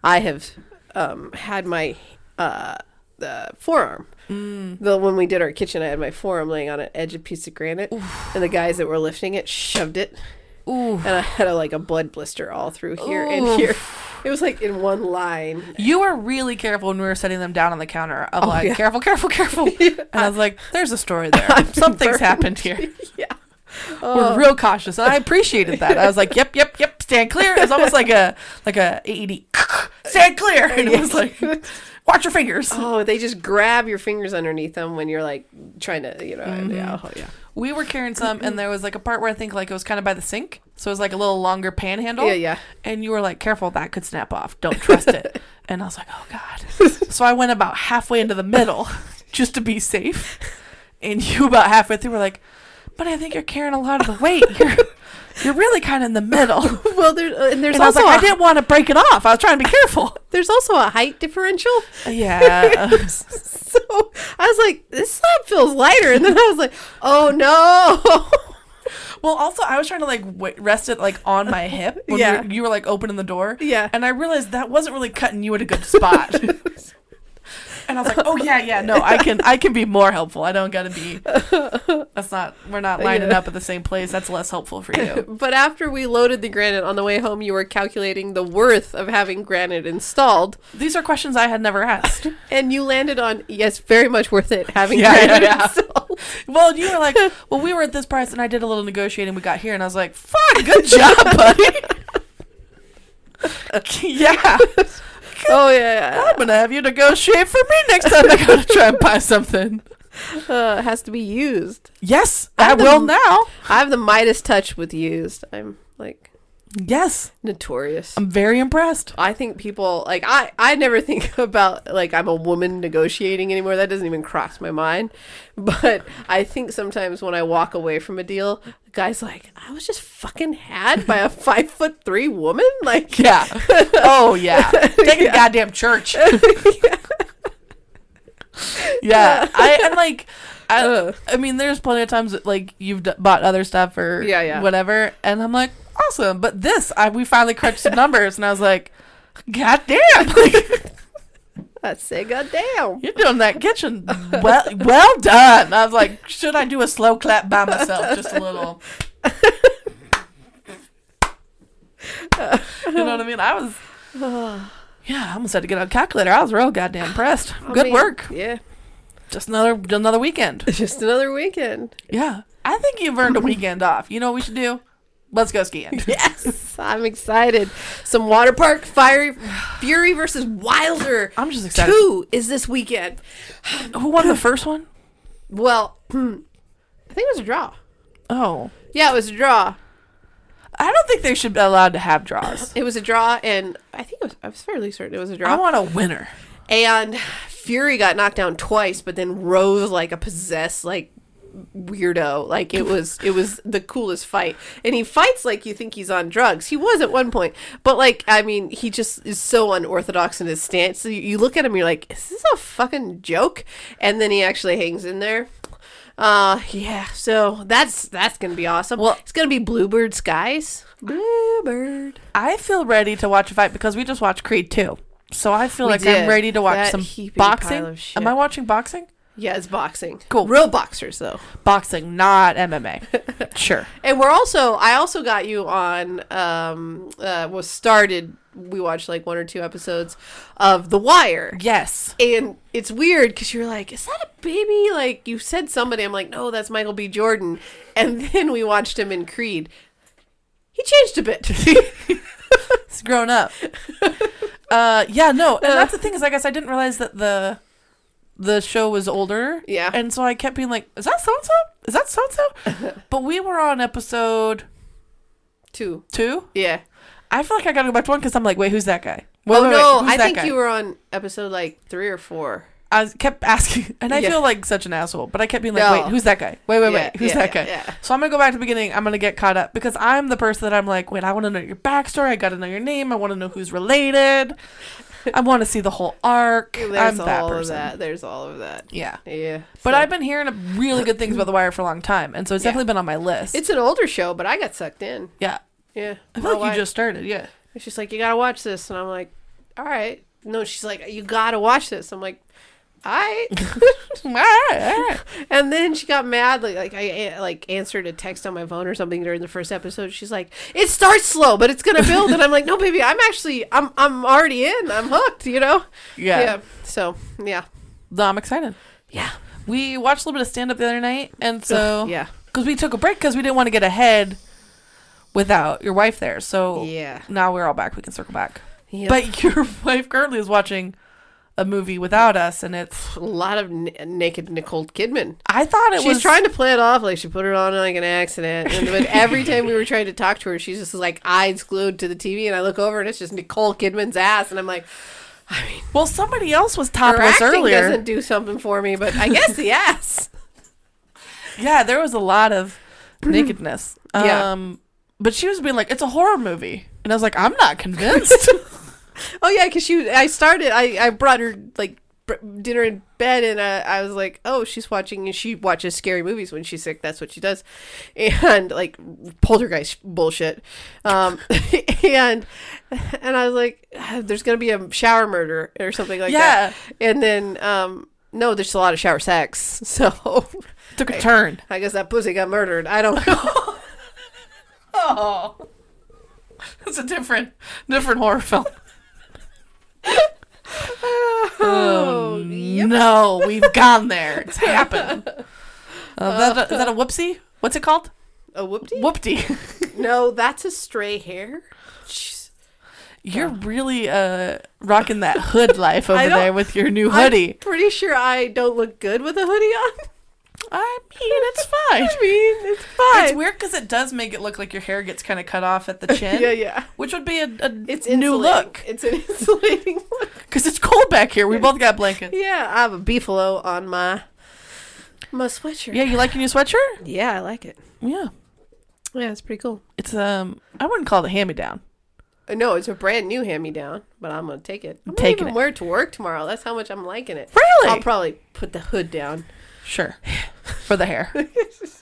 S1: I have um, had my uh, uh, forearm. Mm. The when we did our kitchen, I had my forearm laying on an edge of piece of granite, and the guys that were lifting it shoved it,
S2: Ooh.
S1: and I had a, like a blood blister all through here
S2: Oof.
S1: and here. It was like in one line.
S2: You were really careful when we were setting them down on the counter. I'm like,
S1: Oh, yeah.
S2: careful, careful, careful. And I was like, there's a story there.
S1: I've been
S2: Something's
S1: burned.
S2: happened here.
S1: yeah. Oh.
S2: We're real cautious. And I appreciated that. I was like, yep, yep, yep, stand clear. It was almost like a like a AED. Stand clear. And it was like, watch your fingers.
S1: Oh, they just grab your fingers underneath them when you're like trying to, you know, yeah, oh, yeah.
S2: We were carrying some and there was like a part where I think like it was kind of by the sink. So it was like a little longer panhandle.
S1: Yeah, yeah.
S2: And you were like, careful, that could snap off. Don't trust it. and I was like, oh God. so I went about halfway into the middle just to be safe. And you about halfway through were like, but I think you're carrying a lot of the weight. You're, You're really kind of in the middle. and
S1: well, there, uh, and there's
S2: I was
S1: also
S2: like, I
S1: a-
S2: didn't want to break it off. I was trying to be careful.
S1: there's also a height differential.
S2: Yeah.
S1: So I was like, this slab feels lighter, and then I was like, oh no.
S2: well, also, I was trying to like w- rest it like on my hip. When
S1: Yeah.
S2: you, you were like opening the door.
S1: Yeah.
S2: And I realized that wasn't really cutting you at a good spot. and I was like, oh yeah, yeah, no, I can, I can be more helpful. I don't gotta be. That's not. We're not lining
S1: Yeah.
S2: up at the same place. That's less helpful for you.
S1: But after we loaded the granite on the way home, you were calculating the worth of having granite installed,
S2: These are questions I had never asked.
S1: and you landed on yes, very much worth it having
S2: Yeah, yeah,
S1: granite
S2: yeah.
S1: installed.
S2: Well, and you were like, well, we were at this price, and I did a little negotiating. We got here, and I was like, fuck, good job, buddy. yeah,
S1: oh yeah,
S2: I'm gonna have you negotiate for me next time I gotta try and buy something.
S1: yeah. uh, it has to be used.
S2: Yes,
S1: I'm
S2: I will
S1: the-
S2: now.
S1: I have the Midas touch with used. I'm like
S2: Yes,
S1: notorious.
S2: I'm very impressed.
S1: Um, I think people like I I never think about like I'm a woman negotiating anymore. That doesn't even cross my mind. But I think sometimes when I walk away from a deal, the guy's like, I was just fucking had by a five foot three woman. Like
S2: Yeah. Oh yeah. Take a goddamn church. yeah. I and like. I,
S1: Ugh.
S2: I mean, there's plenty of times that like you've d- bought other stuff or
S1: Yeah, yeah.
S2: whatever, and I'm like, awesome. But this, I we finally crunched some numbers, and I was like, God damn, like,
S1: I say, God damn.
S2: you're doing that kitchen well, well done. I was like, should I do a slow clap by myself, just a little? you know what I mean? I was Yeah, I almost had to get out a calculator. I was real goddamn impressed.
S1: I
S2: Good
S1: mean,
S2: work.
S1: Yeah.
S2: Just another just another weekend.
S1: Just another weekend.
S2: Yeah. I think you've earned a weekend off. You know what we should do? Let's go skiing.
S1: Yes. I'm excited. Some water park fiery fury versus wilder.
S2: I'm just excited.
S1: Two is this weekend.
S2: Who won the first one?
S1: Well, I think it was a draw.
S2: Oh.
S1: Yeah, it was a draw.
S2: I don't think they should be allowed to have draws.
S1: It was a draw, and I think it was, I was fairly certain it was a
S2: I
S1: draw.
S2: want a winner.
S1: and Fury got knocked down twice, but then rose like a possessed, like weirdo. Like it was, it was the coolest fight. And he fights like you think he's on drugs. He was at one point, but like I mean, he just is so unorthodox in his stance. So you, you look at him, you're like, is this a fucking joke? And then he actually hangs in there. Uh yeah, so that's that's gonna be awesome. Well, it's gonna be Bluebird Skies. Bluebird.
S2: I feel ready to watch a fight because we just watched Creed 2. So I feel
S1: We
S2: like
S1: did.
S2: I'm ready to watch
S1: That
S2: some
S1: heaping pile
S2: boxing.
S1: of shit.
S2: Am I watching boxing?
S1: Yeah, it's boxing.
S2: Cool.
S1: Real boxers though.
S2: Boxing, not MMA. sure.
S1: And we're also I also got you on um uh was started we watched like one or two episodes of The Wire.
S2: Yes.
S1: And it's weird cuz you're like is that a baby like you said somebody I'm like no that's Michael B Jordan and then we watched him in Creed. He changed a bit.
S2: It's grown up. uh, yeah, no, and that's the thing is, I guess I didn't realize that the the show was older.
S1: Yeah.
S2: and so I kept being like, "Is that so and so? Is that so and so?" But we were on episode
S1: Two.
S2: two.
S1: Yeah.
S2: I feel like I gotta go back to one because I'm like, "Wait, who's that guy?" Wait,
S1: Oh
S2: wait, wait,
S1: no,
S2: who's
S1: I
S2: that
S1: think
S2: guy?
S1: you were on episode like 3 or 4.
S2: I was- kept asking, and I
S1: Yeah.
S2: feel like such an asshole. But I kept being like,
S1: No.
S2: "Wait, who's that guy? Wait, wait,
S1: Yeah,
S2: wait, who's
S1: yeah,
S2: that
S1: yeah,
S2: guy?"
S1: yeah.
S2: So I'm gonna go back to the beginning. I'm gonna get caught up because I'm the person that I'm like, "Wait, I want to know your backstory. I gotta know your name. I want to know who's related. I want to see the whole arc. I'm
S1: There's
S2: that
S1: all of
S2: person."
S1: that. There's all of that.
S2: Yeah.
S1: Yeah.
S2: But
S1: so-
S2: I've been hearing really good things about The Wire for a long time, and so it's
S1: Yeah.
S2: definitely been on my list.
S1: it's an older show, but I got sucked in.
S2: yeah.
S1: Yeah.
S2: I
S1: My
S2: feel like
S1: wife-
S2: you just started. Yeah.
S1: It's just like, you gotta watch this. And I'm like, all right. No, she's like, you gotta watch this. I'm like, all right.
S2: all right, all right.
S1: and then she got mad. Like, like I uh, like answered a text on my phone or something during the first episode. She's like, it starts slow, but it's gonna build. and I'm like, no, baby, I'm actually, I'm, I'm already in. I'm hooked. You know?
S2: Yeah.
S1: So yeah,
S2: No, I'm excited.
S1: yeah,
S2: We watched a little bit of stand up the other night, and so
S1: yeah,
S2: because we took a break because we didn't want to get ahead without your wife there. So
S1: yeah.
S2: now we're all back. We can circle back.
S1: Yep.
S2: But your wife currently is watching a movie without us, and it's.
S1: a lot of n- naked Nicole Kidman.
S2: I thought it
S1: She's
S2: was
S1: trying to play it off like she put it on like an accident. And but every time we were trying to talk to her, she's just like eyes glued to the TV. And I look over and it's just Nicole Kidman's ass. And I'm like, I mean,
S2: Well, somebody else was
S1: her
S2: topless
S1: acting
S2: earlier.
S1: doesn't do something for me, but I guess the ass.
S2: Yeah, there was a lot of nakedness.
S1: Yeah.
S2: Um But she was being like, it's a horror movie. And I was like, I'm not convinced.
S1: Oh yeah, because she. I started. I I brought her like br- dinner in bed, and I, I was like, oh, she's watching. And she watches scary movies when she's sick. That's what she does, and like poltergeist bullshit. Um, and and I was like, "Ah, there's gonna be a shower murder or something like that. And then um, no, there's a lot of shower sex. So
S2: Took a turn.
S1: I guess that pussy got murdered. I don't know.
S2: Oh. That's a different different horror film.
S1: oh,
S2: Um,
S1: yep.
S2: No, we've gone there. It's happened. Uh, is, that a, is that a whoopsie? What's it called?
S1: A whoopty?
S2: Whoopty.
S1: No, that's a stray hair. Jeez.
S2: You're really uh, rocking that hood life over
S1: don't-
S2: there with your new
S1: I'm
S2: hoodie.
S1: pretty sure I don't look good with a hoodie on.
S2: I mean, it's fine.
S1: I mean, it's fine.
S2: It's weird because it does make it look like your hair gets kind of cut off at the chin,
S1: Yeah, yeah.
S2: which would be a, a
S1: It's
S2: new
S1: insulating.
S2: look
S1: It's an insulating look.
S2: because it's cold back here. We both got blankets.
S1: Yeah, I have a beefalo on my my sweatshirt.
S2: Yeah, you like your new sweatshirt?
S1: yeah, I like it.
S2: Yeah,
S1: Yeah, it's pretty cool.
S2: it's um, I wouldn't call it a hand-me-down.
S1: Uh, No, it's a brand new hand me down, but I'm gonna take it. I'm gonna
S2: Taking
S1: even
S2: it.
S1: wear it to work tomorrow. That's how much I'm liking it.
S2: Really?
S1: I'll probably put the hood down.
S2: Sure, for the hair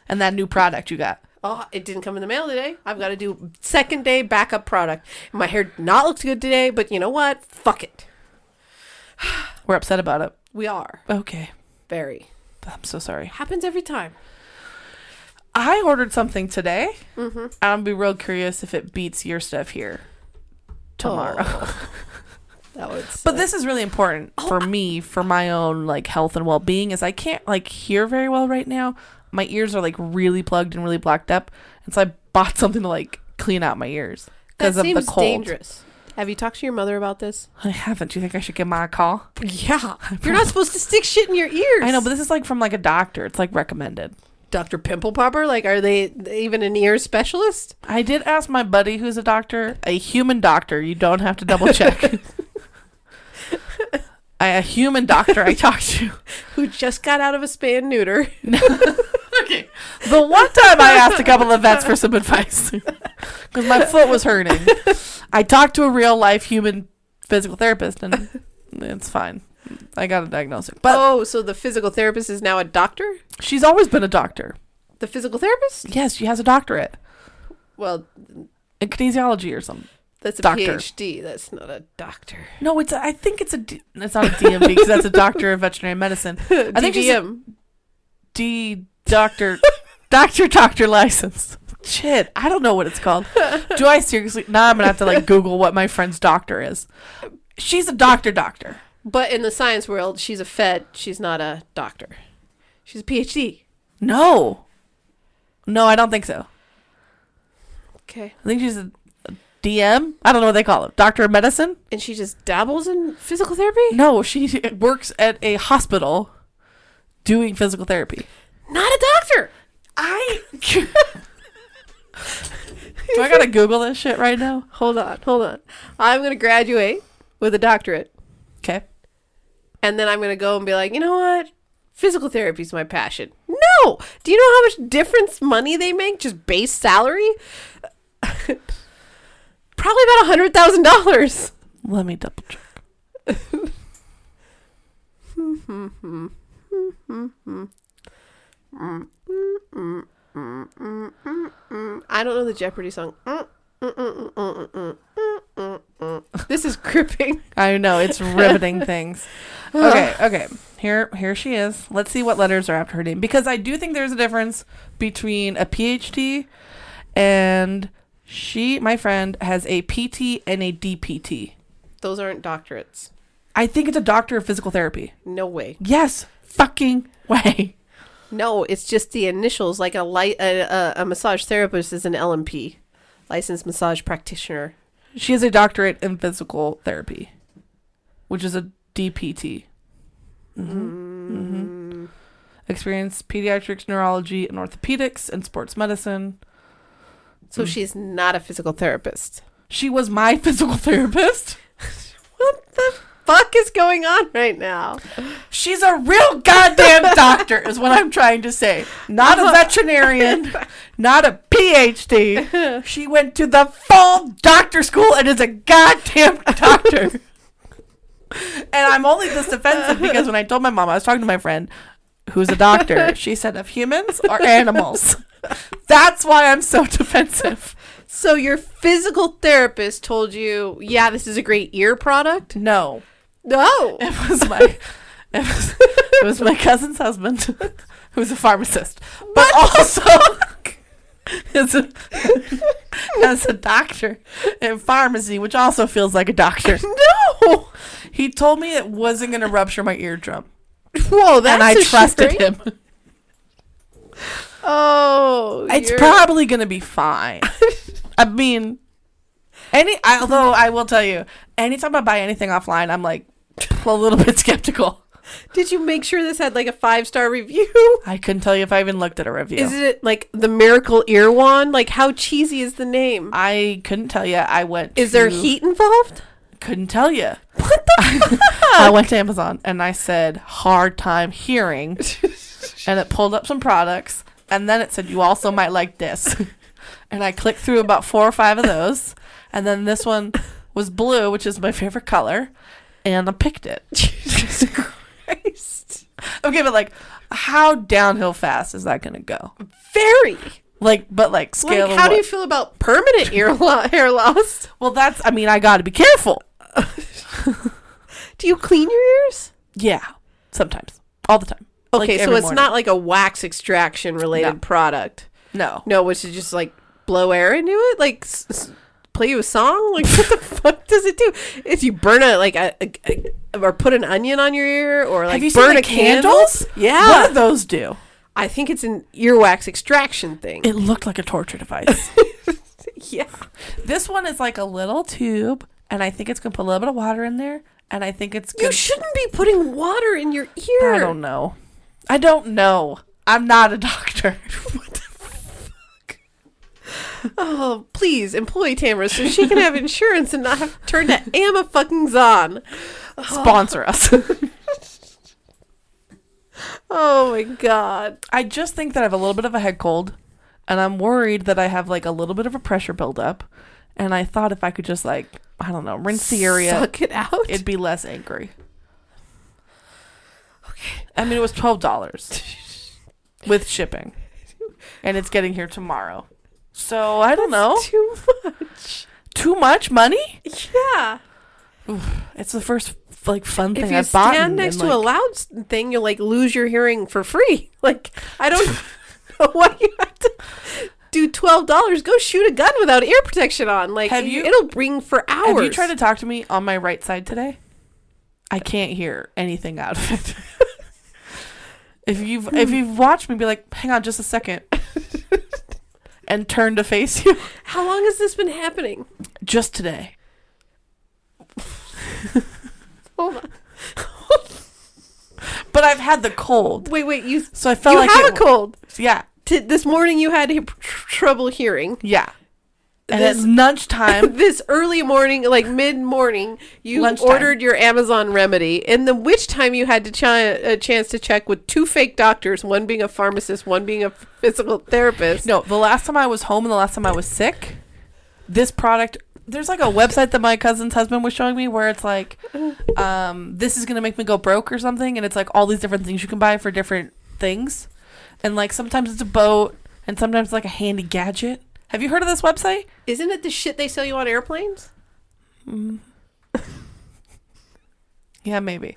S2: and that new product you got.
S1: Oh, it didn't come in the mail today. I've got to do second day backup product. My hair did not looks good today, but you know what? Fuck it.
S2: We're upset about it.
S1: We are
S2: Okay,
S1: very
S2: I'm so sorry.
S1: happens every time.
S2: I ordered something today. I'm be real curious if it beats your stuff here tomorrow.
S1: That would.
S2: But this is really important for me, for my own like health and well being, is I can't like hear very well right now. My ears are like really plugged and really blocked up, and so I bought something to like clean out my ears because of the cold.
S1: dangerous. Have you talked to your mother about this?
S2: I haven't. Do you think I should give my a call?
S1: Yeah, you're not supposed to stick shit in your ears.
S2: I know, but this is like from like a doctor. It's like recommended.
S1: Doctor Pimple Popper, like, are they even an ear specialist?
S2: I did ask my buddy who's a doctor, a human doctor. You don't have to double check. I, a human doctor I talked to.
S1: Who just got out of a spay and neuter?
S2: okay. The one time I asked a couple of vets for some advice because my foot was hurting, I talked to a real life human physical therapist, and it's fine. I got a diagnosis, but
S1: oh, so the physical therapist is now a doctor?
S2: she's always been a doctor.
S1: The physical therapist?
S2: Yes, she has a doctorate
S1: Well,
S2: in kinesiology or something.
S1: that's a
S2: Doctor.
S1: PhD. That's not a doctor.
S2: No, it's a, I think it's a D- it's not a DMD because that's a doctor of veterinary medicine. I think she's a
S1: DVM.
S2: D doctor doctor doctor license. Shit, I don't know what it's called. Do I seriously? Now I'm gonna have to like Google what my friend's doctor is. She's a doctor doctor.
S1: But in the science world, she's a fed. She's not a doctor. She's a PhD.
S2: No, no, I don't think so.
S1: Okay.
S2: I think she's a, a DM. I don't know what they call it. Doctor of medicine.
S1: And she just dabbles in physical therapy?
S2: No, she works at a hospital doing physical therapy.
S1: Not a doctor.
S2: I. Do I gotta Google this shit right now?
S1: Hold on, hold on. I'm going to graduate with a doctorate.
S2: Okay.
S1: And then I'm going to go and be like, you know what? Physical therapy is my passion. No! Do you know how much difference money they make? Just base salary? Probably about a $100,000.
S2: Let me double check.
S1: I don't know the Jeopardy song. Mm, mm, mm, mm, mm, mm, mm, mm, mm. This is gripping.
S2: I know it's riveting things. Okay, okay. Here, here she is. Let's see what letters are after her name because I do think there's a difference between a PhD and she. My friend has a PT and a DPT.
S1: Those aren't doctorates.
S2: I think it's a doctor of physical therapy.
S1: No way.
S2: Yes, fucking way.
S1: No, it's just the initials. Like a light, a, a, a massage therapist is an LMP, licensed massage practitioner.
S2: She has a doctorate in physical therapy, which is a DPT. Mm-hmm. Experience pediatrics, neurology, and orthopedics, and sports medicine. Mm.
S1: So she's not a physical therapist.
S2: She was my physical therapist.
S1: What the fuck is going on right now?
S2: She's a real goddamn doctor, is what I'm trying to say. Not a veterinarian, not a PhD. She went to the full doctor school and is a goddamn doctor. and I'm only this defensive because when I told my mom, I was talking to my friend who's a doctor, she said, of humans or animals. That's why I'm so defensive.
S1: So your physical therapist told you, yeah, this is a great ear product?
S2: No.
S1: No.
S2: It was my it was, it was my cousin's husband who's a pharmacist. But also as a, as a doctor in pharmacy, which also feels like a doctor.
S1: No.
S2: He told me it wasn't gonna rupture my eardrum.
S1: Whoa, that's
S2: and I trusted
S1: him.
S2: him.
S1: Oh,
S2: It's
S1: you're-
S2: probably gonna be fine. I mean any I- although I will tell you, anytime I buy anything offline, I'm like a little bit skeptical.
S1: Did you make sure this had like a five star review?
S2: I couldn't tell you if I even looked at a review.
S1: Is it like the Miracle Ear Wand? Like how cheesy is the name?
S2: I couldn't tell you. I went.
S1: Is there
S2: to-
S1: heat involved?
S2: Couldn't tell you. What the fuck? I went to Amazon and I said hard time hearing, and it pulled up some products, and then it said you also might like this, and I clicked through about four or five of those, and then this one was blue, which is my favorite color, and I picked it.
S1: Jesus Christ.
S2: Okay, but like, how downhill fast is that gonna go?
S1: Very.
S2: Like, but like scale.
S1: like
S2: of
S1: how do
S2: what?
S1: you feel about permanent ear lo- hair loss?
S2: well, that's. I mean, I got to be careful.
S1: Do you clean your ears?
S2: Yeah, sometimes, all the time. Like,
S1: Okay, so
S2: every
S1: it's
S2: morning.
S1: not like a wax extraction related
S2: No.
S1: product.
S2: No.
S1: No, which is just like blow air into it, like s- s- play you a song. Like what the fuck does it do? If you burn a like a, a, a- or put an onion on your ear or like
S2: Have you
S1: burn
S2: seen
S1: a
S2: the
S1: candle?
S2: candles?
S1: Yeah,
S2: What do those do?
S1: I think it's an earwax extraction thing.
S2: It looked like a torture device.
S1: yeah,
S2: this one is like a little tube, and I think it's gonna put a little bit of water in there, and I think it's
S1: you
S2: gonna.
S1: shouldn't be putting water in your ear.
S2: I don't know. I don't know. I'm not a doctor.
S1: Oh, please employ Tamara so she can have insurance and not have to turn to Amma fucking Zon.
S2: Sponsor us.
S1: Oh my god.
S2: I just think that I have a little bit of a head cold, and I'm worried that I have like a little bit of a pressure buildup. And I thought if I could just like I don't know rinse the area,
S1: Suck it out.
S2: it'd be less angry. Okay. I mean, it was twelve dollars with shipping, and it's getting here tomorrow. So I don't know.
S1: Too much.
S2: Too much money?
S1: Yeah.
S2: It's the first like fun thing
S1: if you
S2: I've bought.
S1: stand next to a loud s- thing, you'll like lose your hearing for free. Like I don't know why you have to do twelve dollars. Go shoot a gun without ear protection on. Like
S2: Have
S1: you,
S2: you-
S1: it'll ring for hours.
S2: have you tried to talk to me on my right side today? I can't hear anything out of it. if you've
S1: Hmm.
S2: if you've watched me, be like, hang on just a second, and turn to face you.
S1: How long has this been happening?
S2: Just today. Oh
S1: Hold on.
S2: But I've had the cold,
S1: Wait, wait. You
S2: so I felt
S1: you
S2: like
S1: have
S2: it
S1: a
S2: w-
S1: cold.
S2: Yeah,
S1: T- this morning you had tr- trouble hearing.
S2: yeah. And
S1: This-
S2: at lunchtime,
S1: This early morning, like mid morning, you
S2: Lunchtime.
S1: ordered your Amazon remedy, and then which time you had to ch- a chance to check with two fake doctors, one being a pharmacist, one being a physical therapist.
S2: no, the last time I was home and the last time I was sick, this product. There's like a website that my cousin's husband was showing me where it's like, um, this is gonna make me go broke or something, and it's like all these different things you can buy for different things, and like sometimes it's a boat, and sometimes it's like a handy gadget. Have you heard of this website?
S1: Isn't it the shit they sell you on airplanes?
S2: Yeah, maybe.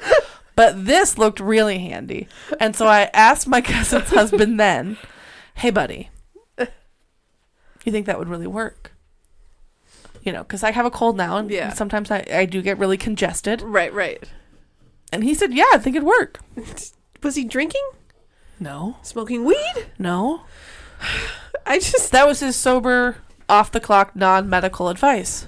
S2: but this looked really handy. And so I asked my cousin's husband then, hey, buddy, you think that would really work? You know, because I have a cold now and
S1: Yeah.
S2: sometimes I, I do get really congested.
S1: Right, right.
S2: And he said, yeah, I think it'd work.
S1: Was he drinking?
S2: No,
S1: Smoking weed?
S2: no.
S1: I just
S2: That was his sober, off the clock, non medical advice.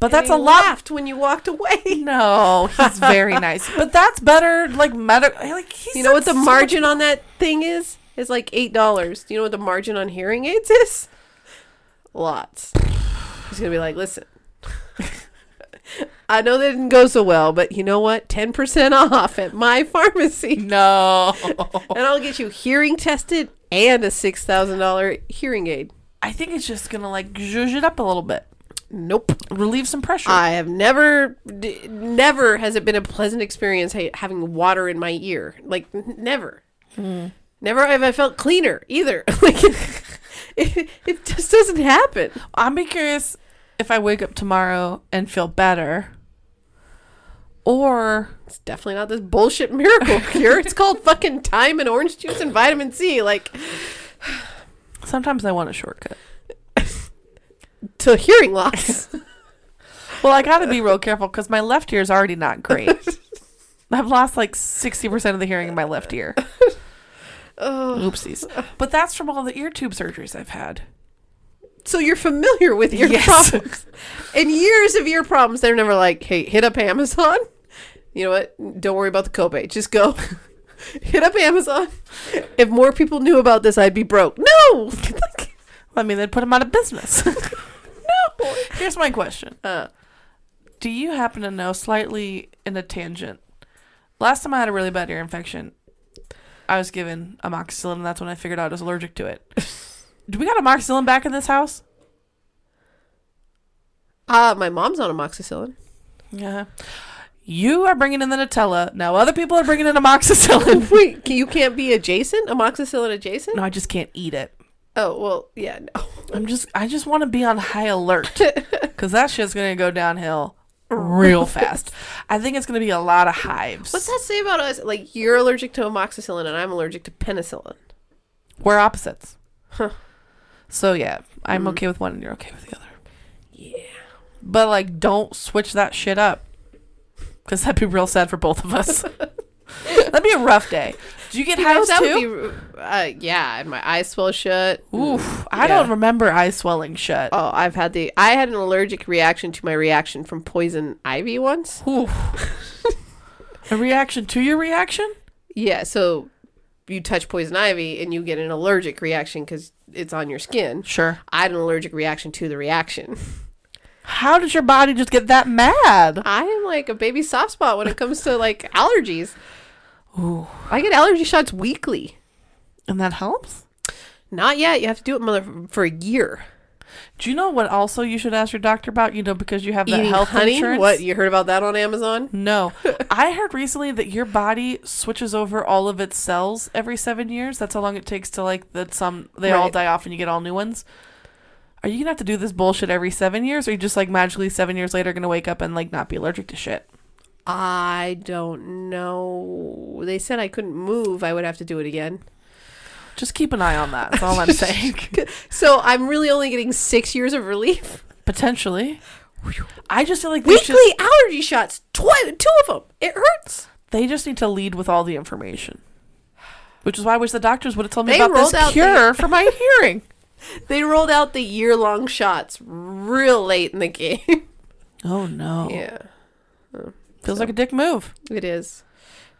S2: But that's a
S1: and he
S2: lot.
S1: laughed when you walked away.
S2: No, he's very nice. But that's better, like, medical. Like, he
S1: You know what
S2: said
S1: the
S2: so
S1: margin on that thing is? It's like eight dollars. Do you know what the margin on hearing aids is? Lots. He's gonna be like, listen. I know that didn't go so well, but you know what? 10% off at my pharmacy.
S2: No.
S1: And I'll get you hearing tested and a $6,000 hearing aid.
S2: I think it's just going to like zhuzh it up a little bit,
S1: Nope.
S2: relieve some pressure.
S1: I have never, d- never has it been a pleasant experience ha- having water in my ear. Like, n- never. Never have I felt cleaner either. like, it, it just doesn't happen.
S2: I'm be curious if I wake up tomorrow and feel better. Or
S1: It's definitely not this bullshit miracle cure. It's called fucking time and orange juice and vitamin C. Like,
S2: sometimes I want a shortcut.
S1: to hearing loss.
S2: Well, I got to be real careful because my left ear is already not great. I've lost like 60% of the hearing in my left ear.
S1: oh.
S2: Oopsies. But that's from all the ear tube surgeries I've had.
S1: So you're familiar with ear
S2: Yes.
S1: problems. And years of ear problems, they're never like, hey, hit up Amazon. You know what? Don't worry about the copay. Just go hit up Amazon. If more people knew about this, I'd be broke. No!
S2: I mean, they'd put them out of business. no. Here's my question
S1: Uh,
S2: Do you happen to know, slightly in a tangent, last time I had a really bad ear infection, I was given amoxicillin, and that's when I figured out I was allergic to it. Do we got amoxicillin back in this house?
S1: uh, my mom's on amoxicillin.
S2: Yeah. You are bringing in the Nutella. Now other people are bringing in amoxicillin.
S1: Wait, can- you can't be adjacent? Amoxicillin adjacent?
S2: No, I just can't eat it.
S1: Oh, well, yeah, no.
S2: I'm just I just want to be on high alert cuz that shit's going to go downhill real fast. I think it's going to be a lot of hives.
S1: What's that say about us? Like, you're allergic to amoxicillin and I'm allergic to penicillin.
S2: We're opposites.
S1: Huh. Mm.
S2: So yeah, I'm okay with one and you're okay with the other.
S1: Yeah.
S2: But like don't switch that shit up. Cuz that'd be real sad for both of us. that'd be a rough day. Do you get
S1: Oh,
S2: hives
S1: that
S2: too?
S1: would be, uh, yeah, and my eyes swell shut.
S2: Oof, I
S1: Yeah.
S2: don't remember eye swelling shit.
S1: Oh, I've had the I had an allergic reaction to my reaction from poison ivy once.
S2: Oof. a reaction to your reaction?
S1: Yeah, so you touch poison ivy and you get an allergic reaction because it's on your skin.
S2: Sure.
S1: I had an allergic reaction to the reaction.
S2: How did your body just get that mad?
S1: I am like a baby soft spot when it comes to like allergies. Ooh. I get allergy shots weekly.
S2: And that helps?
S1: Not yet. You have to do it mother for a year.
S2: Do you know what also you should ask your doctor about? You know, because you have that
S1: Eating
S2: health
S1: honey?
S2: insurance.
S1: What you heard about that on Amazon?
S2: No. I heard recently that your body switches over all of its cells every seven years. That's how long it takes to like that some they all
S1: Right.
S2: die off and you get all new ones. Are you gonna have to do this bullshit every seven years? Or are you just like magically seven years later gonna wake up and like not be allergic to shit?
S1: I don't know. They said I couldn't move. I would have to do it again.
S2: Just keep an eye on that. That's all I'm saying.
S1: So I'm really only getting six years of relief.
S2: Potentially. I just feel like they,
S1: Weekly
S2: should,
S1: allergy shots, twi- two of them. It hurts.
S2: they just need to lead with all the information. Which is why I wish the doctors would have told me
S1: They
S2: about
S1: rolled
S2: this
S1: out
S2: cure for my hearing.
S1: They rolled out the year long shots real late in the game.
S2: Oh no.
S1: yeah,
S2: Feels like a dick move.
S1: it is.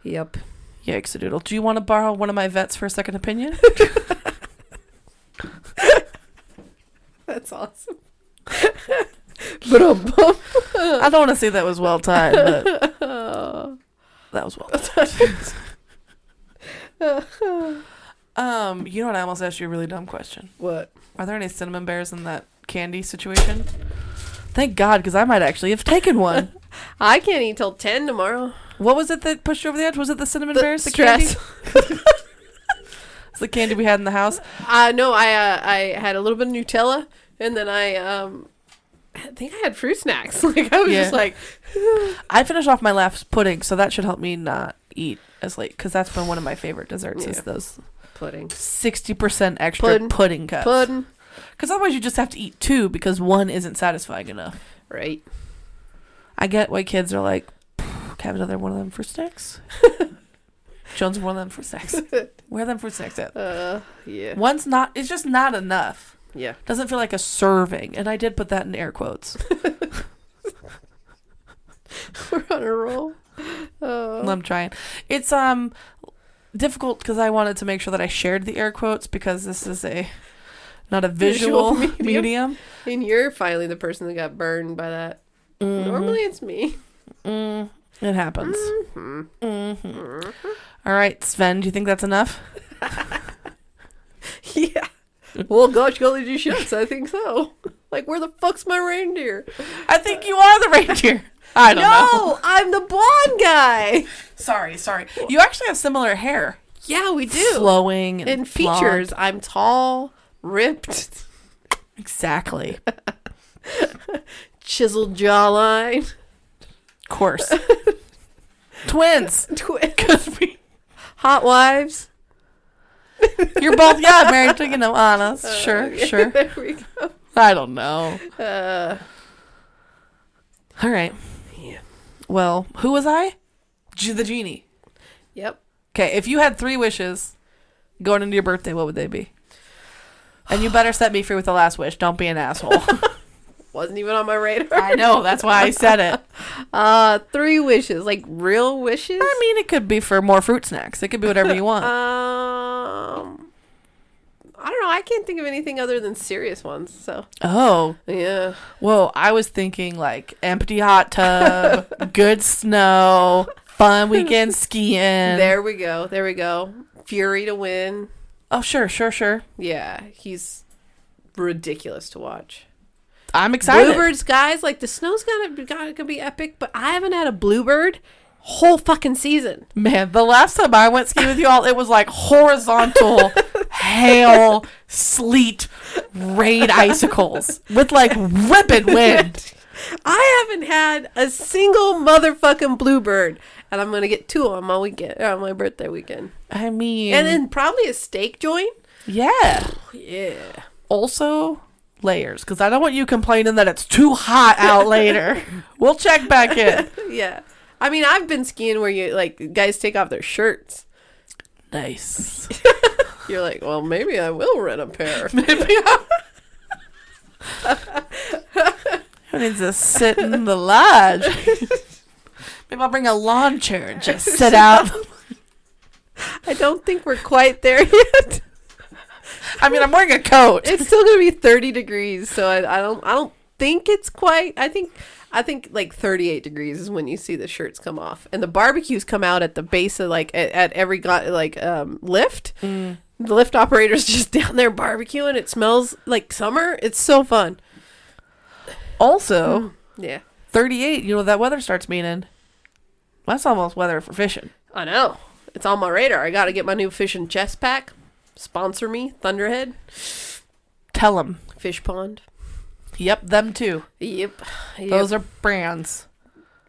S1: Yep.
S2: Yikes a doodle. Do you want to borrow one of my vets for a second opinion?
S1: That's awesome. but um,
S2: I don't want to say that was well timed, but that was well timed. um, you know what? I almost asked you a really dumb question.
S1: what?
S2: Are there any cinnamon bears in that candy situation? Thank God, because I might actually have taken one.
S1: I can't eat till ten tomorrow.
S2: What was it that pushed you over the edge? Was it the cinnamon
S1: The
S2: bears? The
S1: stress.
S2: candy? It's the candy we had in the house.
S1: Uh, no, I uh, I had a little bit of Nutella, and then I um, I think I had fruit snacks. Like I was
S2: Yeah.
S1: just like,
S2: I finished off my last pudding, so that should help me not eat as late because that's been one of my favorite desserts is
S1: Yeah.
S2: those
S1: pudding,
S2: sixty percent extra
S1: Puddin'.
S2: pudding, cups.
S1: pudding,
S2: Because otherwise, you just have to eat two because one isn't satisfying enough.
S1: right?
S2: I get why kids are like, "Pff, "Can I have another one of them for snacks?" Jones, one of them for snacks. Where are them for snacks at?
S1: Uh, yeah,
S2: One's not. It's just not enough.
S1: yeah.
S2: Doesn't feel like a serving, and I did put that in air quotes.
S1: We're on a roll. Uh,
S2: I'm trying. It's um difficult because I wanted to make sure that I shared the air quotes because this is a not a visual,
S1: Visual medium.
S2: medium.
S1: and you're finally the person that got burned by that. Normally it's me.
S2: Mm, Mm-hmm. it happens.
S1: Hmm.
S2: Mhm. All right, Sven, do you think that's enough?
S1: Yeah. Well, gosh, golly gee shucks, I think so. Like, where the fuck's my reindeer?
S2: I think you are the reindeer. I don't know.
S1: No, I'm the blonde guy.
S2: Sorry, sorry. You actually have similar hair.
S1: Yeah, we do.
S2: Flowing and
S1: In
S2: blonde.
S1: features, I'm tall, ripped,
S2: Exactly.
S1: chiseled jawline.
S2: Of course. Twins.
S1: Twin. Hot wives.
S2: You're both, yeah, married to, you know, Anna.
S1: Uh,
S2: Sure, sure.
S1: there we go.
S2: I don't know.
S1: Uh,
S2: All right.
S1: Yeah.
S2: Well, who was I? G- the genie.
S1: yep.
S2: Okay, if you had three wishes going into your birthday, what would they be? And you better set me free with the last wish. Don't be an asshole.
S1: Wasn't even on my radar.
S2: I know. That's why I said it.
S1: Uh, three wishes, like real wishes.
S2: I mean, it could be for more fruit snacks. It could be whatever you want.
S1: Um, I don't know. I can't think of anything other than serious ones. So
S2: oh,
S1: yeah,
S2: whoa. I was thinking like empty hot tub, good snow, fun weekend skiing.
S1: there we go. There we go. Fury to win.
S2: Oh, sure, sure, sure.
S1: Yeah, he's ridiculous to watch.
S2: I'm excited.
S1: Bluebirds, guys, like the snow's gonna gonna gonna be epic. But I haven't had a bluebird whole fucking season.
S2: Man, the last time I went skiing with y'all, it was like horizontal hail, sleet, rain, icicles with like whipping wind.
S1: I haven't had a single motherfucking bluebird, and I'm gonna get two on my weekend, on my birthday weekend,
S2: I mean,
S1: and then probably a steak joint.
S2: yeah.
S1: Oh, Yeah.
S2: Also, layers, because I don't want you complaining that it's too hot out later. We'll check back in.
S1: Yeah. I mean, I've been skiing where you like guys take off their shirts.
S2: Nice.
S1: You're like, well, maybe I will rent a pair.
S2: Who needs to sit in the lodge? Maybe I'll bring a lawn chair and just sit out.
S1: I don't think we're quite there yet.
S2: I mean, I'm wearing a coat.
S1: It's still gonna be 30 degrees, so I, I don't, I don't think it's quite. I think, I think like 38 degrees is when you see the shirts come off, and the barbecues come out at the base of like at, at every go- like um, lift. The lift operator's just down there barbecuing. It smells like summer. It's so fun. Mm.
S2: Also,
S1: Yeah,
S2: 38, you know what that weather starts meaning? That's almost weather for fishing.
S1: I know. It's on my radar. I got to get my new fish and chest pack. Sponsor me, Thunderhead
S2: Tell them.
S1: Fish Pond.
S2: Yep, them too.
S1: Yep. yep.
S2: Those are brands.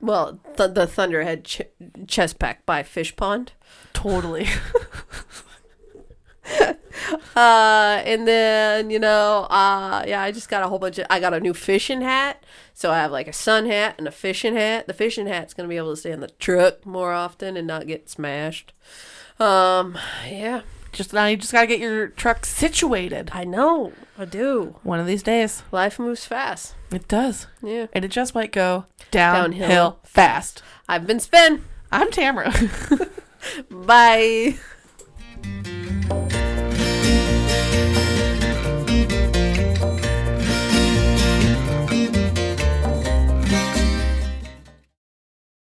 S1: well, th- the Thunderhead ch- chest pack by Fish Pond.
S2: Totally.
S1: Uh, and then you know, uh, yeah, I just got a whole bunch of. I got a new fishing hat, so I have like a sun hat and a fishing hat. The fishing hat's gonna be able to stay in the truck more often and not get smashed. Um, yeah,
S2: just now you just gotta get your truck situated.
S1: I know, I do.
S2: One of these days.
S1: Life moves fast.
S2: It does.
S1: Yeah,
S2: And it just might go downhill,
S1: Downhill.
S2: fast.
S1: I've been Sven.
S2: I'm Tamara.
S1: Bye.